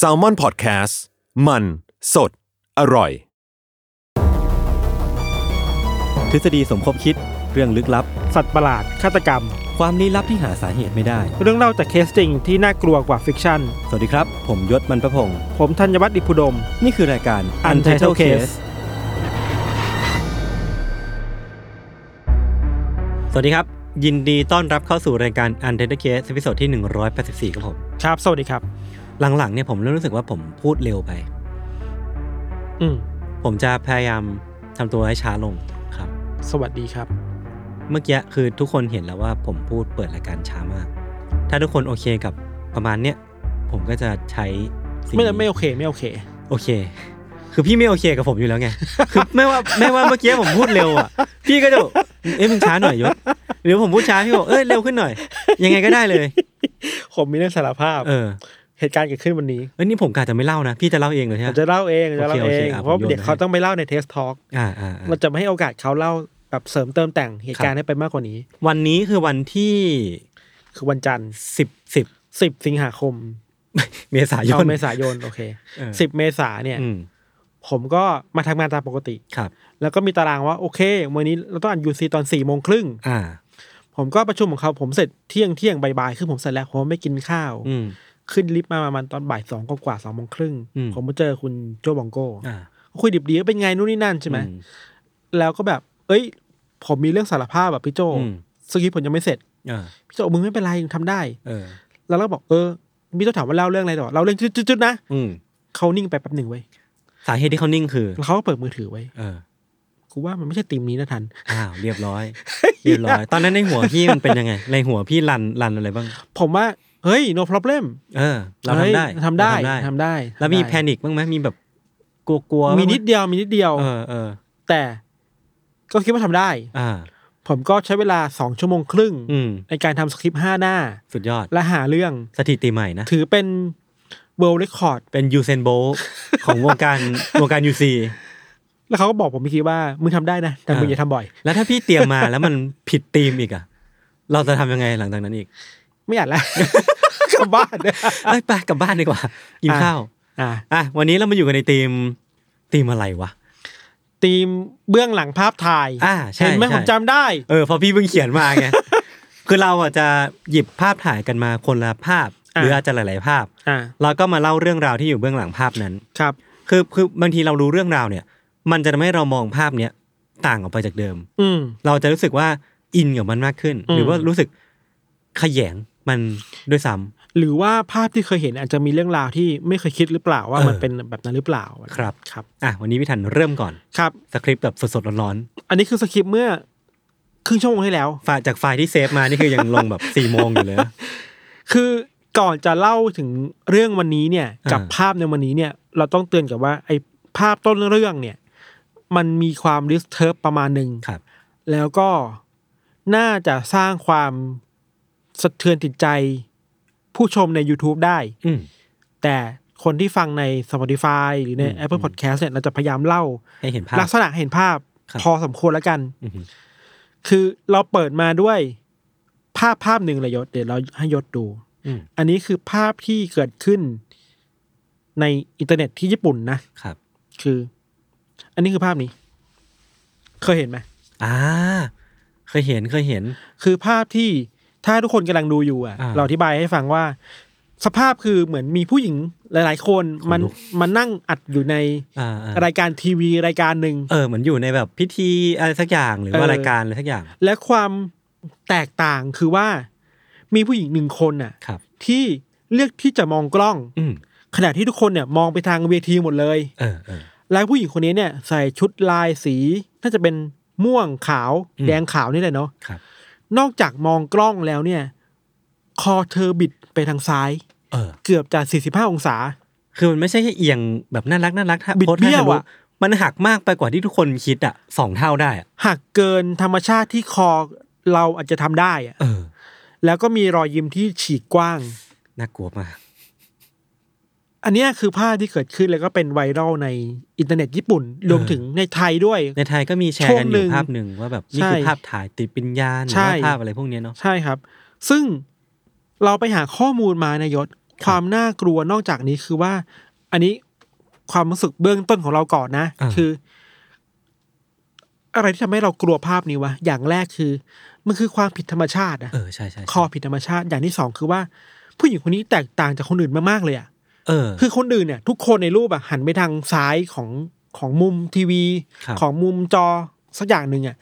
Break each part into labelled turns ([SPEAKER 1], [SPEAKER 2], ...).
[SPEAKER 1] s a l m o n PODCAST มัน สด อร่อย
[SPEAKER 2] ทฤษฎีสมคบคิดเรื่องลึกลับ
[SPEAKER 3] สัตว์ประหลาด ฆาตกรรม
[SPEAKER 2] ความลี้ลับที่หาสาเหตุไม่ได้
[SPEAKER 3] เรื่องเล่าจากเคสจริงที่น่ากลัวกว่าฟิกชั่น
[SPEAKER 2] สวัสดีครับ ผมยศมันประพงศ์
[SPEAKER 3] ผมธัญวัฒน์อิพุดม
[SPEAKER 2] นี่คือรายการ
[SPEAKER 3] Untitled Case
[SPEAKER 2] สวัสดีครับ ยินดีต้อนรับเข้าสู่รายการ Untitled Case ตอนที่ 184ครับผม
[SPEAKER 3] ครับ สวัสดีครับ
[SPEAKER 2] หลังๆเนี่ยผมเริ่มรู้สึกว่าผมพูดเร็วไป
[SPEAKER 3] อืม
[SPEAKER 2] ผมจะพยายามทำตัวให้ช้าลงครับ
[SPEAKER 3] สวัสดีครับ
[SPEAKER 2] เมื่อกี้คือทุกคนเห็นแล้วว่าผมพูดเปิดรายการช้ามาก ถ้าทุกคนโอเคกับประมาณเนี้ยผมก็จะใช้สิ่ง
[SPEAKER 3] ไม่
[SPEAKER 2] นี้
[SPEAKER 3] ไม่โอเคไม่โอเค
[SPEAKER 2] โอเค คือพี่ไม่โอเคกับผมอยู่แล้วไง คือ ไม่ว่าไม่ว่าเมื่อกี้ผมพูดเร็วอ่ะ พี่ก็จะแบบเอ้ยมึงช้าหน่อยยศ หรือผมพูดช้าพี่บอกเอ้ยเร็วขึ้นหน่อย ยังไงก็ได้เลย
[SPEAKER 3] ผมมีเรื่องสารภาพ
[SPEAKER 2] เออ
[SPEAKER 3] เหตุการณ์เกิดขึ้นวันนี้
[SPEAKER 2] เอ้ยนี่ผมกะจะไม่เล่านะ พี่จะเล่าเองเลย
[SPEAKER 3] ผ
[SPEAKER 2] ใช่
[SPEAKER 3] ม
[SPEAKER 2] ไหม
[SPEAKER 3] จะเล่าเองผมจะเล่า
[SPEAKER 2] โอ
[SPEAKER 3] เอ
[SPEAKER 2] เค
[SPEAKER 3] ง
[SPEAKER 2] โอเคอ่ะ
[SPEAKER 3] เพราะ
[SPEAKER 2] ผมโยน
[SPEAKER 3] เด็ก
[SPEAKER 2] ให้
[SPEAKER 3] เขาต้องไปเล่าในเทสทอล์ก
[SPEAKER 2] อ่าอ่าอ่า
[SPEAKER 3] เราจะไม่ให้โอกาสเขาเล่าแบบเสริมเติมแต่งเหตุการณ์ให้ไปมากกว่านี้
[SPEAKER 2] วันนี้คือวันที่
[SPEAKER 3] คือวันจันทร์
[SPEAKER 2] สิบสิบ
[SPEAKER 3] สิบสิงหาคม
[SPEAKER 2] เมษาย
[SPEAKER 3] เอา
[SPEAKER 2] น
[SPEAKER 3] เมษายนโอเค
[SPEAKER 2] เออ
[SPEAKER 3] สิบเมษาเนี่ย
[SPEAKER 2] อืม
[SPEAKER 3] ผมก็มาทำงานตามปกติ
[SPEAKER 2] ครับ
[SPEAKER 3] แล้วก็มีตารางว่าโอเควันนี้เราต้องอ่านยูซีตอนสี่โมงครึ่ง
[SPEAKER 2] อ่า
[SPEAKER 3] ผมก็ประชุมของเขาผมเสร็จเที่ยงเที่ยงบ่ายๆคือผมเสร็จแล้วผมไม่กินข้าว
[SPEAKER 2] อืม
[SPEAKER 3] ขึ้นลิฟต์มาประมาณตอนบ่ายสองกว่าๆสองโมงครึ่ง
[SPEAKER 2] อืม
[SPEAKER 3] ผมมาเจอคุณโจบองโก้
[SPEAKER 2] อ่า
[SPEAKER 3] คุยดิบดีก็เป็นไงนู่นนี่นั่นใช่ไหม
[SPEAKER 2] อื
[SPEAKER 3] แล้วก็แบบ เอ้ย ผมมีเรื่องสารภาพแบบพี่โจ
[SPEAKER 2] อืม
[SPEAKER 3] สกิปต์ผมยังไม่เสร็จ
[SPEAKER 2] อ่า
[SPEAKER 3] พี่โจบอกมึงไม่เป็นไรมึงทำได้
[SPEAKER 2] เออ
[SPEAKER 3] แล้วเราก็บอกเออพี่โจถามว่าเล่าเรื่องอะไรต่อเล่าเรื่องจุดๆๆนะ
[SPEAKER 2] อืม
[SPEAKER 3] เขานิ่งไปแป๊บหนึ่งไว้ย
[SPEAKER 2] สาเหตุที่เขานิ่งคือ
[SPEAKER 3] แล้วเขาก็เปิดมือถือไว้ย
[SPEAKER 2] เออ
[SPEAKER 3] กูว่ามันไม่ใช่ธีมนี้นะทัน
[SPEAKER 2] อ้าวเรียบร้อย เรียบร้อย ตอนนั้นในหัวพี่มันเป็นยังไง ในหัวพี่รันรันอะไรบ้าง
[SPEAKER 3] ผมว่าเฮ้ย no problem
[SPEAKER 2] เออ เราทำได้
[SPEAKER 3] ฮ้ยทำได้
[SPEAKER 2] เรา
[SPEAKER 3] ทำได้
[SPEAKER 2] แล้วมี
[SPEAKER 3] ทำได้
[SPEAKER 2] แพนิคบ้างไหมมีแบบกลัวกลัว
[SPEAKER 3] มีนิดเดียวมีนิดเดียว
[SPEAKER 2] เออเออ
[SPEAKER 3] แต่ก็คิดว่าทำได้
[SPEAKER 2] อ่า
[SPEAKER 3] ผมก็ใช้เวลาสองชั่วโมงครึ่ง
[SPEAKER 2] อืม
[SPEAKER 3] ในการทำสคริปต์ห้าหน้า
[SPEAKER 2] สุดยอด
[SPEAKER 3] และหาเรื่อง
[SPEAKER 2] สถิติใหม่นะ
[SPEAKER 3] ถือเป็นเวลเรคคอร์ด
[SPEAKER 2] เป็นยูเซนโบของวง การ วงการยูซี
[SPEAKER 3] แล้วเขาก็บอกผมเมื่อกี้ว่า มึงทำได้นะ แต่มึง
[SPEAKER 2] อ่า
[SPEAKER 3] อย่าทำบ่อย
[SPEAKER 2] แล้วถ้าพี่เตรียมมาแล้วมันผิดธีมอีกอ่ะ เราจะทำยังไงหลังจากนั้นอีก
[SPEAKER 3] ไม่ อยากแล้ว กลับบ้าน
[SPEAKER 2] เอ้ยไปกลับบ้านดีกว่า กินข้าว
[SPEAKER 3] อ่า
[SPEAKER 2] อ่ะ วันนี้เรามาอยู่กันในธีมธีมอะไรวะ
[SPEAKER 3] ทีมเบื้องหลังภาพถ่าย
[SPEAKER 2] อ่าใช่
[SPEAKER 3] เห็นไหม
[SPEAKER 2] ใช่
[SPEAKER 3] ผมจำได้
[SPEAKER 2] เออเพอพี่เพิ่งเขียนมา ไง คือเราอ่ะจะหยิบภาพถ่ายกันมาคนละภาพ ห
[SPEAKER 3] อ่ะ
[SPEAKER 2] รืออาจจะหลาย ๆ ภาพ
[SPEAKER 3] อ่า
[SPEAKER 2] เราก็มาเล่าเรื่องราวที่อยู่เบื้องหลังภาพนั้น
[SPEAKER 3] ครับ
[SPEAKER 2] คือคือบางทีเรารู้เรื่องราวเนี่ย มันจะทำให้เรามองภาพเนี้ยต่างออกไปจากเดิม
[SPEAKER 3] อืม
[SPEAKER 2] เราจะรู้สึกว่าอินกับมันมากขึ้น
[SPEAKER 3] อืม
[SPEAKER 2] หรือว่ารู้สึกขยงมันด้วยซ้
[SPEAKER 3] หรือว่าภาพที่เคยเห็นอาจจะมีเรื่องราวที่ไม่เคยคิดหรือเปล่าว่า
[SPEAKER 2] เออ
[SPEAKER 3] มันเป็นแบบนั้นหรือเปล่า
[SPEAKER 2] ำครับ
[SPEAKER 3] ครับ
[SPEAKER 2] อ่ะวันนี้พี่ทันเริ่มก่อน
[SPEAKER 3] ครับ
[SPEAKER 2] สคริปต์แบบสดๆร้อน
[SPEAKER 3] อันนี้คือสคริปต์เมื่อครึ่งชั่วโมงให้แล้ว
[SPEAKER 2] ๆไฟล์จากไฟล์ที่เซฟมานี่คือยังลงแบบสี่โมงอยู่เลยนะ
[SPEAKER 3] คือก่อนจะเล่าถึงเรื่องวันนี้เนี่ย
[SPEAKER 2] อ่ากั
[SPEAKER 3] กับภาพในวันนี้เนี่ย เราต้องเตือนกับว่าไอ้ภาพต้นเรื่องเนี่ย มันมีความดิสเทิร์บประมาณหนึ่ง
[SPEAKER 2] ครับ
[SPEAKER 3] แล้วก็น่าจะสร้างความสะเทือนจิตใจ ผู้ชมใน YouTube ได้
[SPEAKER 2] อืม
[SPEAKER 3] แต่คนที่ฟังใน Spotify หรือใน
[SPEAKER 2] อืม
[SPEAKER 3] Apple Podcast เนี่ยเราจะพยายามเล่า
[SPEAKER 2] ให้เห็นภาพ
[SPEAKER 3] ลักษณะเห็นภาพ
[SPEAKER 2] ครับ
[SPEAKER 3] พอสมควรแล้วกัน
[SPEAKER 2] อือหือ
[SPEAKER 3] คือเราเปิดมาด้วยภาพภาพหนึ่งเลยยศเดี๋ยวเราให้ยศดู
[SPEAKER 2] อืม
[SPEAKER 3] อันนี้คือภาพที่เกิดขึ้นในอินเทอร์เน็ตที่ญี่ปุ่นนะ
[SPEAKER 2] ครับ
[SPEAKER 3] คือ อันนี้คือภาพนี้ เคยเห็นไหม
[SPEAKER 2] อ่า เคยเห็นเคยเห็น
[SPEAKER 3] คือภาพที่ถ้าทุกคนกำลังดูอยู่อ่ะ
[SPEAKER 2] อ่า
[SPEAKER 3] เราอธิบายให้ฟังว่า สภาพคือเหมือนมีผู้หญิงหลาย ๆ คน
[SPEAKER 2] ขนลุก
[SPEAKER 3] มันมันนั่งอัดอยู่ใน
[SPEAKER 2] อ่าอ่าร
[SPEAKER 3] ายการทีวีรายการหนึ่ง
[SPEAKER 2] เออเหมือนอยู่ในแบบพิธีอะไรสักอย่างหรือว่า
[SPEAKER 3] เออ
[SPEAKER 2] รายการอะไรสักอย่าง
[SPEAKER 3] และความแตกต่างคือว่า มีผู้หญิงหนึ่งคนน่ะ
[SPEAKER 2] ครับ
[SPEAKER 3] ที่เลือกที่จะมองกล้อง
[SPEAKER 2] อืม
[SPEAKER 3] ขณะที่ทุกคนเนี่ยมองไปทางเวทีหมดเลย
[SPEAKER 2] เออเออ
[SPEAKER 3] แล้วผู้หญิงคนนี้เนี่ยใส่ชุดลายสีน่าจะเป็นม่วงขาว
[SPEAKER 2] อืม
[SPEAKER 3] แดงขาวนี่แหละเนาะ
[SPEAKER 2] ครับ
[SPEAKER 3] นอกจากมองกล้องแล้วเนี่ย คอเธอบิดไปทางซ้าย
[SPEAKER 1] เออ
[SPEAKER 3] เกือบจะ45 องศา
[SPEAKER 2] คือมันไม่ใช่แค่เอียงแบบน่ารักน่ารัก
[SPEAKER 3] บิดเบี้ยว
[SPEAKER 2] โพส
[SPEAKER 3] อะ
[SPEAKER 2] ต์ให้ทะลุมันหักมากไปกว่าที่ทุกคนคิดอ่ะสองเท่าได้อะ
[SPEAKER 3] หักเกินธรรมชาติที่คอเราอาจจะทำได้อะ
[SPEAKER 2] เออ
[SPEAKER 3] แล้วก็มีรอยยิ้มที่ฉีกกว้าง
[SPEAKER 2] น่ากลัวมาก
[SPEAKER 3] อันเนี้ยคือภาพที่เกิดขึ้นแล้วก็เป็นไวรัลในอินเทอร์เน็ตญี่ปุ่น รวมถึงในไทยด้วย
[SPEAKER 2] ในไทยก็มีแชร์กันอ
[SPEAKER 3] ช่วงหนึ่
[SPEAKER 2] ยู่
[SPEAKER 3] ง
[SPEAKER 2] ภาพหนึ่งว่าแบบนี่
[SPEAKER 3] ใช่
[SPEAKER 2] คือภาพถ่ายติดปิญญาณหรื
[SPEAKER 3] ใช่
[SPEAKER 2] อว่าภาพอะไรพวกเนี้ยเนาะ
[SPEAKER 3] ใช่ครับ ซึ่งเราไปหาข้อมูลมานายศ ความน่ากลัวนอกจากนี้คือว่า อันนี้ความรู้สึกเบื้องต้นของเราก่อนนะ คือ อะไรที่ทำให้เรากลัวภาพนี้วะ อย่างแรกคือ มันคือความผิดธรรมชาตินะ
[SPEAKER 2] เออใช่ใช่ใช่
[SPEAKER 3] ข้อผิดธรรมชาติ อย่างที่สองคือว่า ผู้หญิงคนนี้แตกต่างจากคนอื่นมากๆเลยอะ
[SPEAKER 2] เออ
[SPEAKER 3] คือคนอื่นเนี่ย ทุกคนในรูปอะหันไปทางซ้ายของของมุมทีวี
[SPEAKER 2] ครับ
[SPEAKER 3] ของมุมจอสักอย่างหนึ่งอะ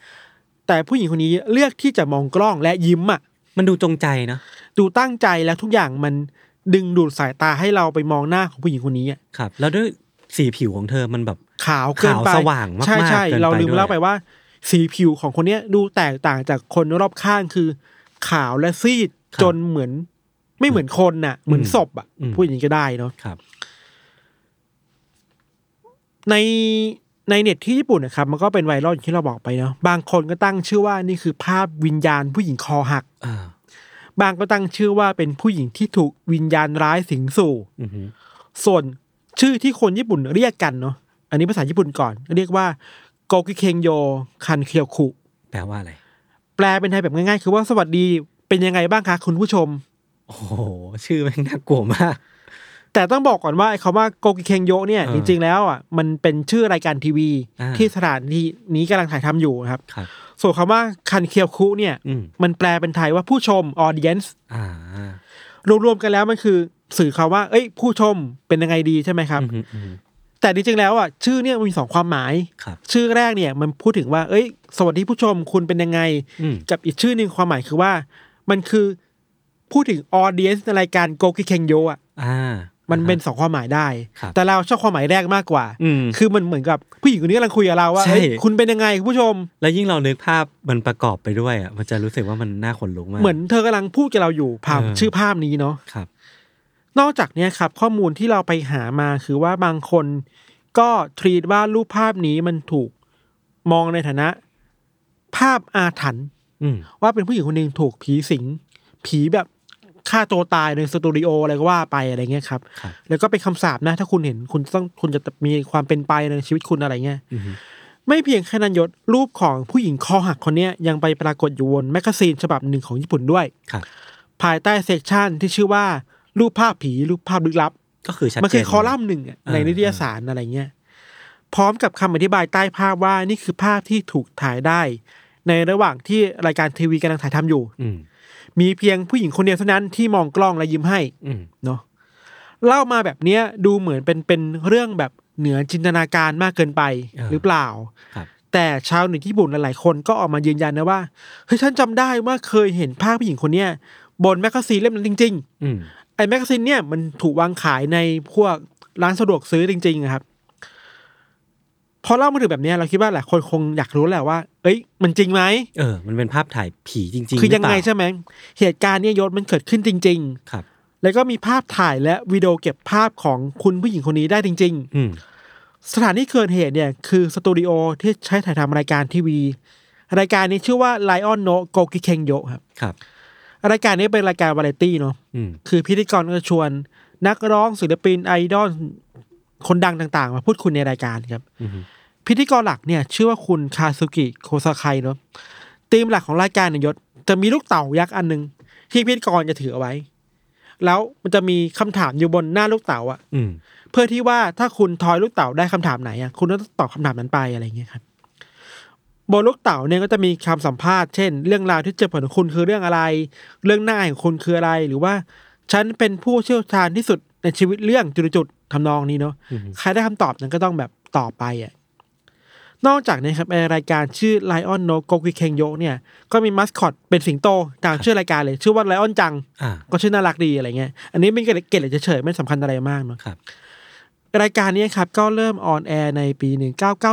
[SPEAKER 3] แต่ผู้หญิงคนนี้เลือกที่จะมองกล้องและยิ้มอะ
[SPEAKER 2] มันดูจงใจเนาะ
[SPEAKER 3] ดูตั้งใจและทุกอย่างมันดึงดูดสายตาให้เราไปมองหน้าของผู้หญิงคนนี้อะ
[SPEAKER 2] ครับ แล้วด้วยสีผิวของเธอมันแบบ
[SPEAKER 3] ขาวเกินไป
[SPEAKER 2] ขาวสว่างมากๆ
[SPEAKER 3] ใช่ใช่
[SPEAKER 2] เกินไป
[SPEAKER 3] เราลืม
[SPEAKER 2] ด้วย
[SPEAKER 3] เล่าไปว่า สีผิวของคนเนี้ยดูแตกต่างจากคนรอบข้างคือ ขาวและซีดจนเหมือน ไม่เหมือนคนน่ะ เหมือนศพอะพูดอย่างนี้ก็ได้เนาะ
[SPEAKER 2] ครับ
[SPEAKER 3] ในในเน็ตที่ญี่ปุ่นนะครับ มันก็เป็นไวรัลอย่างที่เราบอกไปเนาะบางคนก็ตั้งชื่อว่านี่คือภาพวิญญาณผู้หญิงคอหัก
[SPEAKER 2] เออบ
[SPEAKER 3] างก็ตั้งชื่อว่าเป็นผู้หญิงที่ถูกวิญญาณร้ายสิงสู่
[SPEAKER 2] อือหือ
[SPEAKER 3] ส่วนชื่อที่คนญี่ปุ่นเรียกกันเนาะอันนี้ภาษาญี่ปุ่นก่อน เรียกว่าโกกิเคงโยคันเคียวคุ
[SPEAKER 2] แปลว่าอะไร
[SPEAKER 3] แปลเป็นไทยแบบง่ายๆ คือว่าสวัสดีเป็นยังไงบ้างคะคุณผู้ชม
[SPEAKER 2] โอ้โห ชื่อแม่งน่ากลัวมาก
[SPEAKER 3] แต่ต้องบอกก่อนว่าไอ้คำว่าโกกิเคงโยเนี่ย
[SPEAKER 2] เออ
[SPEAKER 3] จริงๆแล้วอ่ะมันเป็นชื่อรายการทีวี
[SPEAKER 2] อ่า
[SPEAKER 3] ที่สถานที่นี้กำลังถ่ายทำอยู่นะครับ
[SPEAKER 2] ครับ
[SPEAKER 3] ส่วนคำว่าคันเคียวคุเนี่ย
[SPEAKER 2] อืม
[SPEAKER 3] มันแปลเป็นไทยว่าผู้ชม audience
[SPEAKER 2] อ่าร
[SPEAKER 3] วมๆกันแล้วมันคือ สื่อคำว่า เอ้ย ผู้ชมเป็นยังไงดีใช่ไหมครับ
[SPEAKER 2] อือหืออือหือ
[SPEAKER 3] แต่จริงๆแล้วอ่ะชื่อเนี่ยมันมีสองความหมาย
[SPEAKER 2] ครับ
[SPEAKER 3] ชื่อแรกเนี่ยมันพูดถึงว่า เอ้ย สวัสดีผู้ชมคุณเป็นยังไง
[SPEAKER 2] อืม
[SPEAKER 3] กับอีกชื่อหนึ่งความหมายคือว่า มันคือพูดถึง audience ในรายการโกกิเคงโยอ่ะ
[SPEAKER 2] อ่า มั
[SPEAKER 3] มันเป็นสองความหมายได้
[SPEAKER 2] ครับ
[SPEAKER 3] แต่เราชอบความหมายแรกมากกว่า
[SPEAKER 2] อืม
[SPEAKER 3] คือมันเหมือนกับผู้หญิงคนนี้กำลังคุยกับเราว่า
[SPEAKER 2] ใช่
[SPEAKER 3] เอ้ยคุณเป็นยังไงคุณผู้ชม
[SPEAKER 2] แล้วยิ่งเรานึกภาพมันประกอบไปด้วยอ่ะ มันจะรู้สึกว่ามันน่าขนลุกมาก
[SPEAKER 3] เหมือนเธอกำลังพูดกับเราอยู่ผ่าน
[SPEAKER 2] เออ
[SPEAKER 3] ชื่อภาพนี้เนาะ
[SPEAKER 2] ครับ
[SPEAKER 3] นอกจากเนี้ยครับ ข้อมูลที่เราไปหามาคือว่าบางคนก็ทรีตว่ารูปภาพนี้มันถูกมองในฐานะ ภาพอาถรรพ์
[SPEAKER 2] อืม
[SPEAKER 3] ว่าเป็นผู้หญิงคนหนึ่งถูกผีสิง ผีแบบฆ่าตัวตายในสตูดิโออะไรก็ว่าไปอะไรเงี้ยครับ
[SPEAKER 2] ครับ
[SPEAKER 3] แล้วก็เป็นคำสาปนะถ้าคุณเห็นคุณต้องคุณจะมีความเป็นไปในชีวิตคุณอะไรเงี้ย
[SPEAKER 2] อือฮึ
[SPEAKER 3] ไม่เพียงแค่นั้นยศรูปของผู้หญิงคอหักคนเนี้ยยังไปปรากฏอยู่บนแมกกาซีนฉบับหนึ่งของญี่ปุ่นด้วย
[SPEAKER 2] ครับ
[SPEAKER 3] ภายใต้เซกชันที่ชื่อว่า รูปภาพผีรูปภาพลึกลับ
[SPEAKER 2] ก็คือชัดเจน
[SPEAKER 3] มันคือคอลัมน์หนึ่งอะ
[SPEAKER 2] อ่า
[SPEAKER 3] ในนิตยสารอะไรเงี้ย พร้อมกับคำอธิบายใต้ภาพว่านี่คือภาพที่ถูกถ่ายได้ ในระหว่างที่รายการทีวีกำลังถ่ายทำอยู่
[SPEAKER 2] อืม
[SPEAKER 3] มีเพียงผู้หญิงคนเดียวเท่านั้นที่มองกล้องและยิ้มให้
[SPEAKER 2] อืม
[SPEAKER 3] เนาะเล่ามาแบบเนี้ยดูเหมือนเป็นเป็นเรื่องแบบเหนือจินตนาการมากเกินไปหรือเปล่า
[SPEAKER 2] ครับ
[SPEAKER 3] แต่ชาวเน็ตญี่ปุ่นหลายๆ คนก็ออกมายืนยันนะว่าเฮ้ยฉันจำได้ว่าเคยเห็นภาพผู้หญิงคนเนี้ยบนแมกกาซีนเล่มนั้นจริง ๆ
[SPEAKER 2] อืม
[SPEAKER 3] ไอ้แมกกาซีนเนี่ยมันถูกวางขายในพวกร้านสะดวกซื้อจริงๆอะครับ พอเล่ามาถึงแบบเนี้ยเราคิดว่าหลายคนคงอยากรู้แหละว่า เอ้ย มันจริงไหม
[SPEAKER 2] เออ มันเป็นภาพถ่ายผีจริงๆ
[SPEAKER 3] คือยังไง
[SPEAKER 2] หรืเปล่า
[SPEAKER 3] ใช่ไหม เหตุการณ์เนี่ยยศมันเกิดขึ้นจริง
[SPEAKER 2] ครับ
[SPEAKER 3] ๆ แล้วก็มีภาพถ่ายและวิดีโอเก็บภาพของคุณผู้หญิงคนนี้ได้จริง
[SPEAKER 2] อืม
[SPEAKER 3] ๆ สถานที่เกิดเหตุเนี่ยคือสตูดิโอที่ใช้ถ่ายทำรายการทีวี รายการนี้ชื่อว่า Lion No g o k i k e n y o ครับ
[SPEAKER 2] ครับ
[SPEAKER 3] รายการนี้เป็นรายการวาไรตี้เนาะ
[SPEAKER 2] อืม
[SPEAKER 3] คือพิธีกรก็ชวนนักร้องศิลปินไอดอลคนดังต่างๆ มาพูดคุยในรายการครับ
[SPEAKER 2] อืม
[SPEAKER 3] พิธีกรหลักเนี่ยชื่อว่าคุณคาซุกิโคซาไคเนาะธีมหลักของรายการเนยยศจะมีลูกเต่ายักษ์อันหนึ่งที่พิธีกรจะถือเอาไว้ แล้วมันจะมีคำถามอยู่บนหน้าลูกเต่าอะ
[SPEAKER 2] อืม
[SPEAKER 3] เพื่อที่ว่าถ้าคุณทอยลูกเต่าได้คำถามไหนอะคุณก็ต้องตอบคำถามนั้นไปอะไรอย่างเงี้ยครับบนลูกเต่าเนี่ยก็จะมีคำสัมภาษณ์เช่น เรื่องราวที่เจ็บปวดของคุณคือเรื่องอะไร เรื่องหน้าของคุณคืออะไรหรือว่าฉันเป็นผู้เชี่ยวชาญที่สุดในชีวิตเรื่องจุดๆทำนองนี้เนาะ
[SPEAKER 2] อืม
[SPEAKER 3] ใครได้คำตอบนั้นก็ต้องแบบตอบไปอ่ะ นอกจากนี้ครับไอ้รายการชื่อ Lion No g o k i k e n y o เนี่ย ก็มีมัสคอตเป็นสิงโตตามชื่อรายการเลย ชื่อว่า Lion จัง
[SPEAKER 2] อ่า
[SPEAKER 3] ก็ชื่อน่ารักดีอะไรเงี้ย อันนี้เป็นเกล็ดเกล็ดเฉยๆไม่สำคัญอะไรมากเนาะ
[SPEAKER 2] ครับ
[SPEAKER 3] รายการนี้ครับ ก็เริ่มออนแอร์ในปี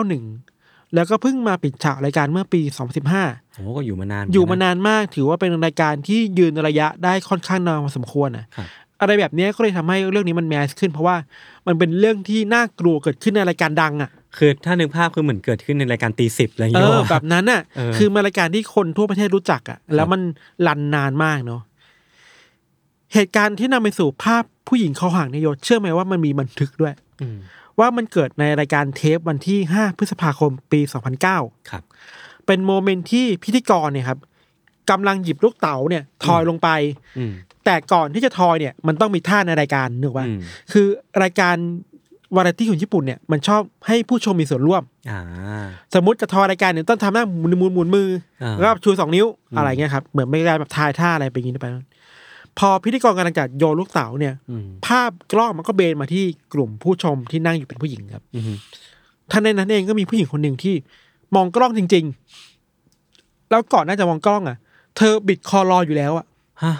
[SPEAKER 3] 1991 แล้วก็เพิ่งมาปิดฉากรายการเมื่อปี 2015
[SPEAKER 2] โอ้ก็อยู่มานานเห
[SPEAKER 3] อยู่มา
[SPEAKER 2] กัะ
[SPEAKER 3] นานมากถือว่าเป็นรายการที่ยืนระยะได้ค่อนข้างนานพอสมควรนะครับ อะไรแบบเนี้ยก็เลยทำให้เรื่องนี้มันแมสขึ้น เพราะว่ามันเป็นเรื่องที่น่ากลัวเกิดขึ้นในรายการดังอ่ะ
[SPEAKER 2] คือถ้านึกภาพคือเหมือนเกิดขึ้นในรายการตีสิบอะไรอย่าง
[SPEAKER 3] เอ
[SPEAKER 2] เงี้ย
[SPEAKER 3] อ
[SPEAKER 2] วะ
[SPEAKER 3] แบบนั้นน่ะ
[SPEAKER 2] เออ
[SPEAKER 3] คือมารายการที่คนทั่วประเทศรู้จักอ่ะ แล้วมันรันนานมากเนาะเหตุการณ์ที่นำไปสู่ภาพผู้หญิงคอห่างนายศเชื่อไหมว่ามันมีบันทึกด้วย
[SPEAKER 2] อืม
[SPEAKER 3] ว่ามันเกิดในรายการเทปวันที่ 5 พฤษภาคมปี 2009
[SPEAKER 2] ครับ
[SPEAKER 3] เป็นโมเมนต์ที่พิธีกรเนี่ยครับกำลังหยิบลูกเต๋าเนี่ย ทอยลงไป
[SPEAKER 2] อืม
[SPEAKER 3] แต่ก่อนที่จะทอยเนี่ย มันต้องมีท่าในรายการนึกว่า
[SPEAKER 2] อืม
[SPEAKER 3] คือรายการวาไรตี้ของญี่ปุ่นเนี่ยมันชอบให้ผู้ชมมีส่วนร่วม
[SPEAKER 2] อ่า
[SPEAKER 3] สมมติจะทอยรายการเนี่ยต้องทำหน้าหมุนหมุนหมุนมือ
[SPEAKER 2] อ่า
[SPEAKER 3] แล้วก็ชูสองนิ้วอะไรเงี้ยครับเหมือนไม่ได้แบบทายท่าอะไรไปอย่างนี้ไปพอพิธีกรกำลังจะโยนลูกเต๋าเนี่ย
[SPEAKER 2] อืม
[SPEAKER 3] ภาพกล้องมันก็เบนมาที่กลุ่มผู้ชมที่นั่งอยู่เป็นผู้หญิงครับ
[SPEAKER 2] อืม
[SPEAKER 3] ท่านในนั้นเองก็มีผู้หญิงคนหนึ่งที่มองกล้องจริง ๆ แล้วก่อนหน่าจะมองกล้องอ่ะ เธอบิดคอรออยู่แล้วอ่ะ
[SPEAKER 2] ฮะ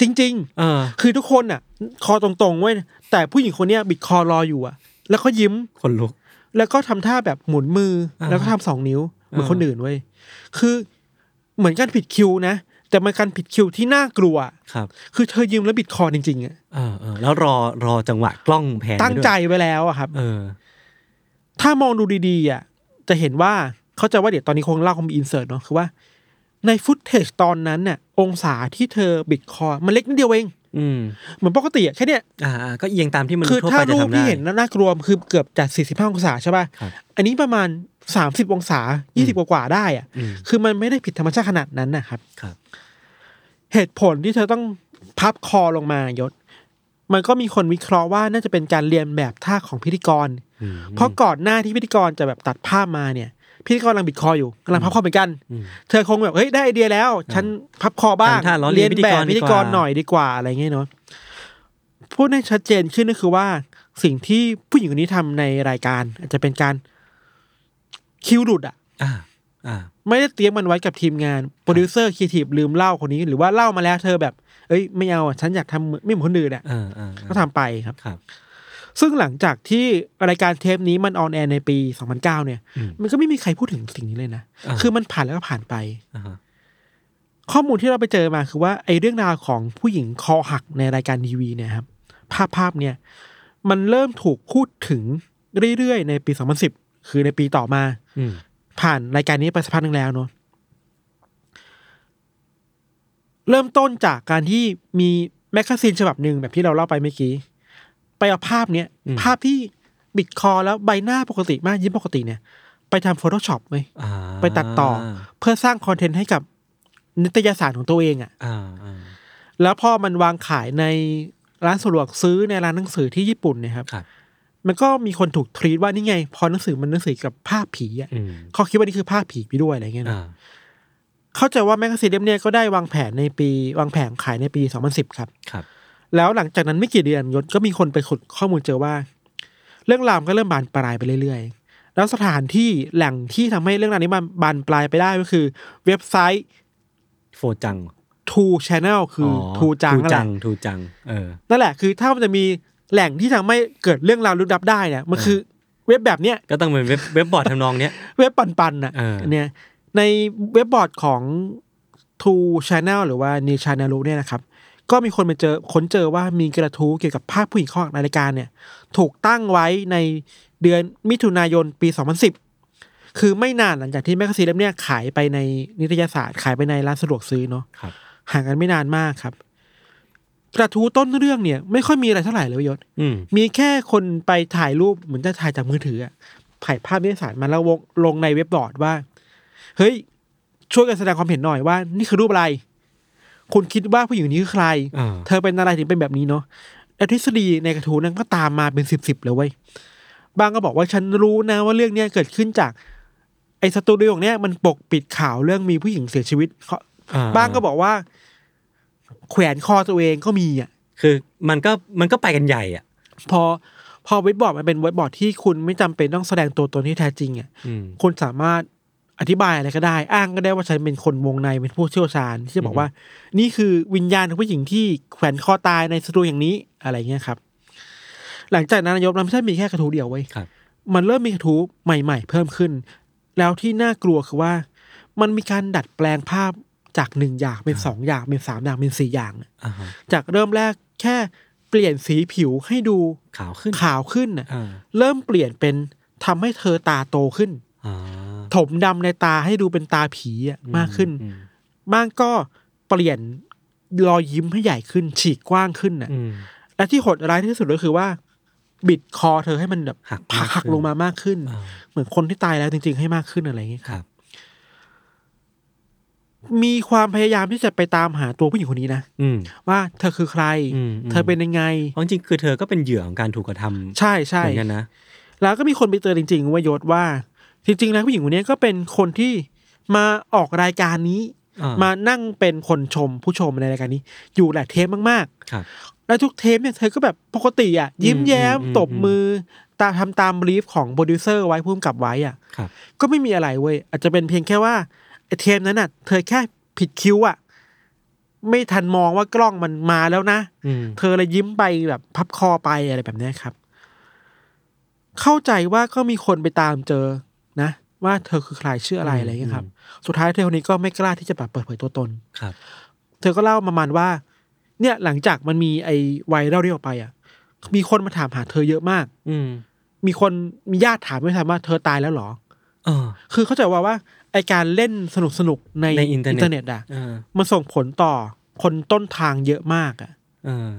[SPEAKER 3] จริง
[SPEAKER 2] เออ
[SPEAKER 3] ๆ คือทุกคนอ่ะ คอตรงๆเว้ยแต่ผู้หญิงคนเนี้ยบิดคอรออยู่อ่ะ แล้วก็ยิ้ม
[SPEAKER 2] คนลุก
[SPEAKER 3] แล้วก็ทำท่าแบบหมุนมืออา แล้วก็ทำสองนิ้ว เหมือน
[SPEAKER 2] อ่า
[SPEAKER 3] คนอื่นเว้ยคือเหมือนการผิดคิวนะ แต่มันการผิดคิวที่น่ากลัว
[SPEAKER 2] ครับ
[SPEAKER 3] คือเธอยืมแล้วบิดคอจริงๆอะ
[SPEAKER 2] เออเออแล้วรอรอจังหวะกล้องแพนไปด้วย
[SPEAKER 3] ตั้งใจไว้แล้วอะครับ
[SPEAKER 2] เออ
[SPEAKER 3] ถ้ามองดูดีๆอะจะเห็นว่าเขาใจะว่าเดี๋ยวตอนนี้คงเล่าคงมีอินเสิร์ตเนาะคือว่า ในฟุตเทจตอนนั้นน่ะ องศาที่เธอบิดคอ มันเล็กนิดเดียวเอง
[SPEAKER 2] อืม
[SPEAKER 3] เหมือนปกติอะแค่เนี้ย
[SPEAKER 2] อ่าอ่าก็เอียงตามที่มันษ
[SPEAKER 3] คือ
[SPEAKER 2] ย์ทั่ว
[SPEAKER 3] ถ้า
[SPEAKER 2] ไปจะ
[SPEAKER 3] รูป
[SPEAKER 2] ทำ
[SPEAKER 3] ที่
[SPEAKER 2] ได้
[SPEAKER 3] เห็นน่ากลัวคือเกือบจัด45องศาใช่ป่ะ
[SPEAKER 2] ครับ
[SPEAKER 3] อันนี้ประมาณ 30 องศา 20 กว่าๆได้อะ
[SPEAKER 2] อืม
[SPEAKER 3] คือมันไม่ได้ผิดธรรมชาติขนาดนั้นนะครับ
[SPEAKER 2] ครับ
[SPEAKER 3] เหตุผลที่เธอต้องพับคอลงมายศ มันก็มีคนวิเคราะห์ว่าน่าจะเป็นการเรียนแบบท่าของพิธีกร
[SPEAKER 2] อืม
[SPEAKER 3] เพราะก่อนหน้าที่พิธีกรจะแบบตัดภาพมาเนี่ย พิธีกรกำลังบิดคออยู่กำลังพับคอเหมือนกัน
[SPEAKER 2] อืม
[SPEAKER 3] เธอคงแบบเฮ้ยได้ไอเดียแล้ว ฉันพับคอบ้าง
[SPEAKER 2] ทำท่าล้อเลียนพิธี
[SPEAKER 3] แบ
[SPEAKER 2] กรดี
[SPEAKER 3] บ
[SPEAKER 2] กว่า
[SPEAKER 3] พิธีกรหน่อยดีกว่าอะไรเงี้ยเนาะพูดให้ชัดเจนขึ้นก็คือว่าสิ่งที่ผู้หญิงคนนี้ทำในรายการ อาจจะเป็นการคิวหลุดอะ
[SPEAKER 2] อ่าอ่า
[SPEAKER 3] ไม่ได้เตรียมมันไว้กับทีมงาน โปรดิวเซอร์ครีเอทีฟลืมเล่าคนนี้ หรือว่าเล่ามาแล้วเธอแบบ เอ้ยไม่เอาอ่ะฉันอยากทำไม่เหมือนคนอื่นอ่ะ
[SPEAKER 2] เออเออเออ
[SPEAKER 3] ก็ทำไปครับ
[SPEAKER 2] ครับ
[SPEAKER 3] ซึ่งหลังจากที่รายการเทปนี้มันออนแอร์ในปี 2009 เนี่ย
[SPEAKER 2] อืม
[SPEAKER 3] มันก็ไม่มีใครพูดถึงสิ่งนี้เลยนะ
[SPEAKER 2] อ่า
[SPEAKER 3] คือมันผ่านแล้วก็ผ่านไป
[SPEAKER 2] อ่าฮะ
[SPEAKER 3] ข้อมูลที่เราไปเจอมาคือว่าไอ้เรื่องราวของผู้หญิงคอหักในรายการทีวีเนี่ยครับภาพภาพเนี่ยมันเริ่มถูกพูดถึงเรื่อยๆในปี 2010 คือในปีต่อมา
[SPEAKER 2] อืม
[SPEAKER 3] ผ่านรายการนี้ไปสักพักหนึ่งแล้วเนอะเริ่มต้นจากการที่มีแมกกาซีนฉบับหนึ่งแบบที่เราเล่าไปเมื่อกี้ ไปเอาภาพเนี้ย ภาพที่บิดคอแล้วใบหน้าปกติมากยิ้มปกติเนี่ย ไปทำ Photoshop ไว้ย
[SPEAKER 2] อ่า
[SPEAKER 3] ไปตัดต่อ เพื่อสร้างคอนเทนต์ให้กับนิตยสารของตัวเองอะ่ะ
[SPEAKER 2] อ่าอ่า
[SPEAKER 3] แล้วพอมันวางขายในร้านสะดวกซื้อในร้านหนังสือที่ญี่ปุ่นเนี่ยครับ
[SPEAKER 2] ครับ
[SPEAKER 3] มันก็มีคนถูกทรีตว่านี่ไง พอหนังสือมันหนังสือเกี่ยวกับภาพผีอ่ะ
[SPEAKER 2] อืม
[SPEAKER 3] เขาคิดว่านี่คือภาพผีไปด้วยอะไรเงี้ยนะ
[SPEAKER 2] อ่า
[SPEAKER 3] เข้าใจว่าแมกกาซีนเล่มเนี่ยก็ได้วางแผนในปี วางแผนขายในปี 2010 ครับ
[SPEAKER 2] ครับ
[SPEAKER 3] แล้วหลังจากนั้นไม่กี่เดือนยศก็มีคนไปขุดข้อมูลเจอว่า เรื่องราวมันก็เริ่มบานปลายไปเรื่อยๆ แล้วสถานที่แหล่งที่ทำให้เรื่องราวนี้มันบานปลายไปได้ก็คือ เว็บไซต์
[SPEAKER 2] โฟจัง
[SPEAKER 3] Two Channel คืออ Two จัง
[SPEAKER 2] ทู
[SPEAKER 3] นั่นแห
[SPEAKER 2] จั
[SPEAKER 3] ละ
[SPEAKER 2] งทูจัง เออ
[SPEAKER 3] นั่นแหละคือถ้ามันจะมีแหล่งที่ทำให้เกิดเรื่องราวลึกลับได้เนี่ยมันคือเว็บแบบเนี้ย
[SPEAKER 2] ก็ต้องเป็นเว็บ เว็บบอร์ดทำนองเนี้ย
[SPEAKER 3] เว็บปันปันๆน่ะ
[SPEAKER 2] เอออั
[SPEAKER 3] นเนี้ยในเว็บบอร์ดของ True Channel หรือว่า New Channel เนี่ยนะครับ ก็มีคนไปเจอค้นเจอว่ามีกระทู้เกี่ยวกับภาพผู้หญิงเข้อหักในรายการเนี่ย ถูกตั้งไว้ในเดือนมิถุนายนปี 2010 คือไม่นานหลังจากที่แมกกาซีนเล่มเนี่ยขายไปในนิตยสารขายไปในร้านสะดวกซื้อเนาะ
[SPEAKER 2] ครับ
[SPEAKER 3] ห่างกันไม่นานมากครับ กระทู้ต้นเรื่องเนี่ย ไม่ค่อยมีอะไรเท่าไหร่เลยเว้ยยศ
[SPEAKER 2] อืม
[SPEAKER 3] มีแค่คนไปถ่ายรูปเหมือนจะถ่ายจากมือถืออะถ่ายภาพนิตยสารมาแล้ววงลงในเว็บบอร์ดว่า เฮ้ย ช่วยกันแสดงความเห็นหน่อยว่า นี่คือรูปอะไร คุณคิดว่าผู้หญิงคนนี้คือใคร
[SPEAKER 2] อ่า
[SPEAKER 3] เธอเป็นอะไรถึงเป็นแบบนี้เนาะแต่ทฤษฎีในกระทู้นั้นก็ตามมาเป็นสิบสิบเลยเว้ย บางก็บอกว่าฉันรู้นะว่าเรื่องเนี้ยเกิดขึ้นจาก ไอ้สตูดิโอของเนี้ยมันปกปิดข่าวเรื่องมีผู้หญิงเสียชีวิตเขา
[SPEAKER 2] อ่
[SPEAKER 3] บ้างก็บอกว่า แขวนคอตัวเองก็มีอ่ะ
[SPEAKER 2] คือมันก็มันก็ไปกันใหญ่อ่ะ
[SPEAKER 3] พอพอเว็บบอร์ดมันเป็นเว็บบอร์ดที่คุณไม่จำเป็นต้องแสดงตัวตนที่แท้จริงอ่ะ
[SPEAKER 2] อืม
[SPEAKER 3] คุณสามารถอธิบายอะไรก็ได้ อ้างก็ได้ว่าฉันเป็นคนวงในเป็นผู้เชี่ยวชาญ ที่จะบอกว่า นี่คือวิญญาณของผู้หญิงที่แขวนคอตายในสตูอย่างนี้อะไรเงี้ยครับ หลังจากนั้นนายกมันไม่ใช่มีแค่กระทู้เดียวไว้ย
[SPEAKER 2] ครับ
[SPEAKER 3] มันเริ่มมีกระทู้ใหม่ๆ เพิ่มขึ้น แล้วที่น่ากลัวคือว่า มันมีการดัดแปลงภาพจากหนึ่งอย่างเป็นสองอย่างเป็นสามอย่างเป็นสี่อย่าง
[SPEAKER 2] อ่าฮะ
[SPEAKER 3] จากเริ่มแรกแค่ เปลี่ยนสีผิวให้ดู
[SPEAKER 2] ขาวขึ้น
[SPEAKER 3] ขาวขึ้นน่ะ
[SPEAKER 2] อ่า
[SPEAKER 3] เริ่มเปลี่ยนเป็นทำให้เธอตาโตขึ้น
[SPEAKER 2] อ่า
[SPEAKER 3] ถมดำในตาให้ดูเป็นตาผีอะมากขึ้น
[SPEAKER 2] อืม
[SPEAKER 3] บ้างก็เปลี่ยนรอยยิ้มให้ใหญ่ขึ้น ฉีกกว้างขึ้นน่ะ
[SPEAKER 2] อืม
[SPEAKER 3] และที่โหดร้ายที่สุดก็คือว่า บิดคอเธอให้มันแบบ
[SPEAKER 2] หักมาก
[SPEAKER 3] หัก
[SPEAKER 2] ขึ้น
[SPEAKER 3] ลงมามากขึ้น
[SPEAKER 2] อ่า
[SPEAKER 3] เหมือนคนที่ตายแล้วจริง ๆ ให้มากขึ้นอะไรอย่างเงี้ย
[SPEAKER 2] ครับ
[SPEAKER 3] มีความพยายามที่จะไปตามหาตัวผู้หญิงคนนี้นะ
[SPEAKER 2] อืม
[SPEAKER 3] ว่าเธอคือใคร
[SPEAKER 2] อืมอืม
[SPEAKER 3] เธอเป็นยังไง
[SPEAKER 2] เพราะจริงๆคือเธอก็เป็นเหยื่อของการถูกกระทำ
[SPEAKER 3] ใช่ใช่
[SPEAKER 2] เหมือนกันนะ
[SPEAKER 3] แล้วก็มีคนไปเจอจริง ๆ ว่ายศว่า จริง ๆ แล้วผู้หญิงคนนี้ก็เป็นคนที่มาออกรายการนี้
[SPEAKER 2] อ่
[SPEAKER 3] มานั่งเป็นคนชมผู้ชมในรายการนี้ อยู่หลายเทปมาก
[SPEAKER 2] ครับ
[SPEAKER 3] ๆ แล้วทุกเทปเนี่ยเธอก็แบบปกติอ่ะยิ้มแย้ม
[SPEAKER 2] อืม
[SPEAKER 3] ตบมือ ตามทำตามบรีฟของโปรดิวเซอร์ไว้พุ่มกับไว้อ่ะ
[SPEAKER 2] ครับ
[SPEAKER 3] ก็ไม่มีอะไรเว้ยอาจจะเป็นเพียงแค่ว่าไอ้เทมนั้นน่ะ เธอแค่ผิดคิวอะไม่ทันมองว่ากล้องมันมาแล้วนะ
[SPEAKER 2] อืม
[SPEAKER 3] เธอเลยยิ้มไปแบบพับคอไปอะไรแบบเนี้ยครับ เข้าใจว่าก็มีคนไปตามเจอนะ ว่าเธอคือใครชื่ออะไรอะไรอย่างเงี้ยครับ สุดท้ายเธอคนนี้ก็ไม่กล้าที่จะแบบเปิดเผยตัวตน
[SPEAKER 2] ครับ
[SPEAKER 3] เธอก็เล่าประมาณว่า เนี่ยหลังจากมันมีไอ้ไวรัลที่ออกไปอะมีคนมาถามหาเธอเยอะมาก
[SPEAKER 2] อืม
[SPEAKER 3] มีคนมีญาติถามไม่ถามว่าเธอตายแล้วเหรอ
[SPEAKER 2] เออ
[SPEAKER 3] คือเข้าใจว่าว่าไอการเล่นสนุกสนุกๆใน
[SPEAKER 2] ในอินเทอร์เน็ต
[SPEAKER 3] เน็ตอ่ะ
[SPEAKER 2] เออ
[SPEAKER 3] มันส่งผลต่อคนต้นทางเยอะมากอ่ะ
[SPEAKER 2] เออ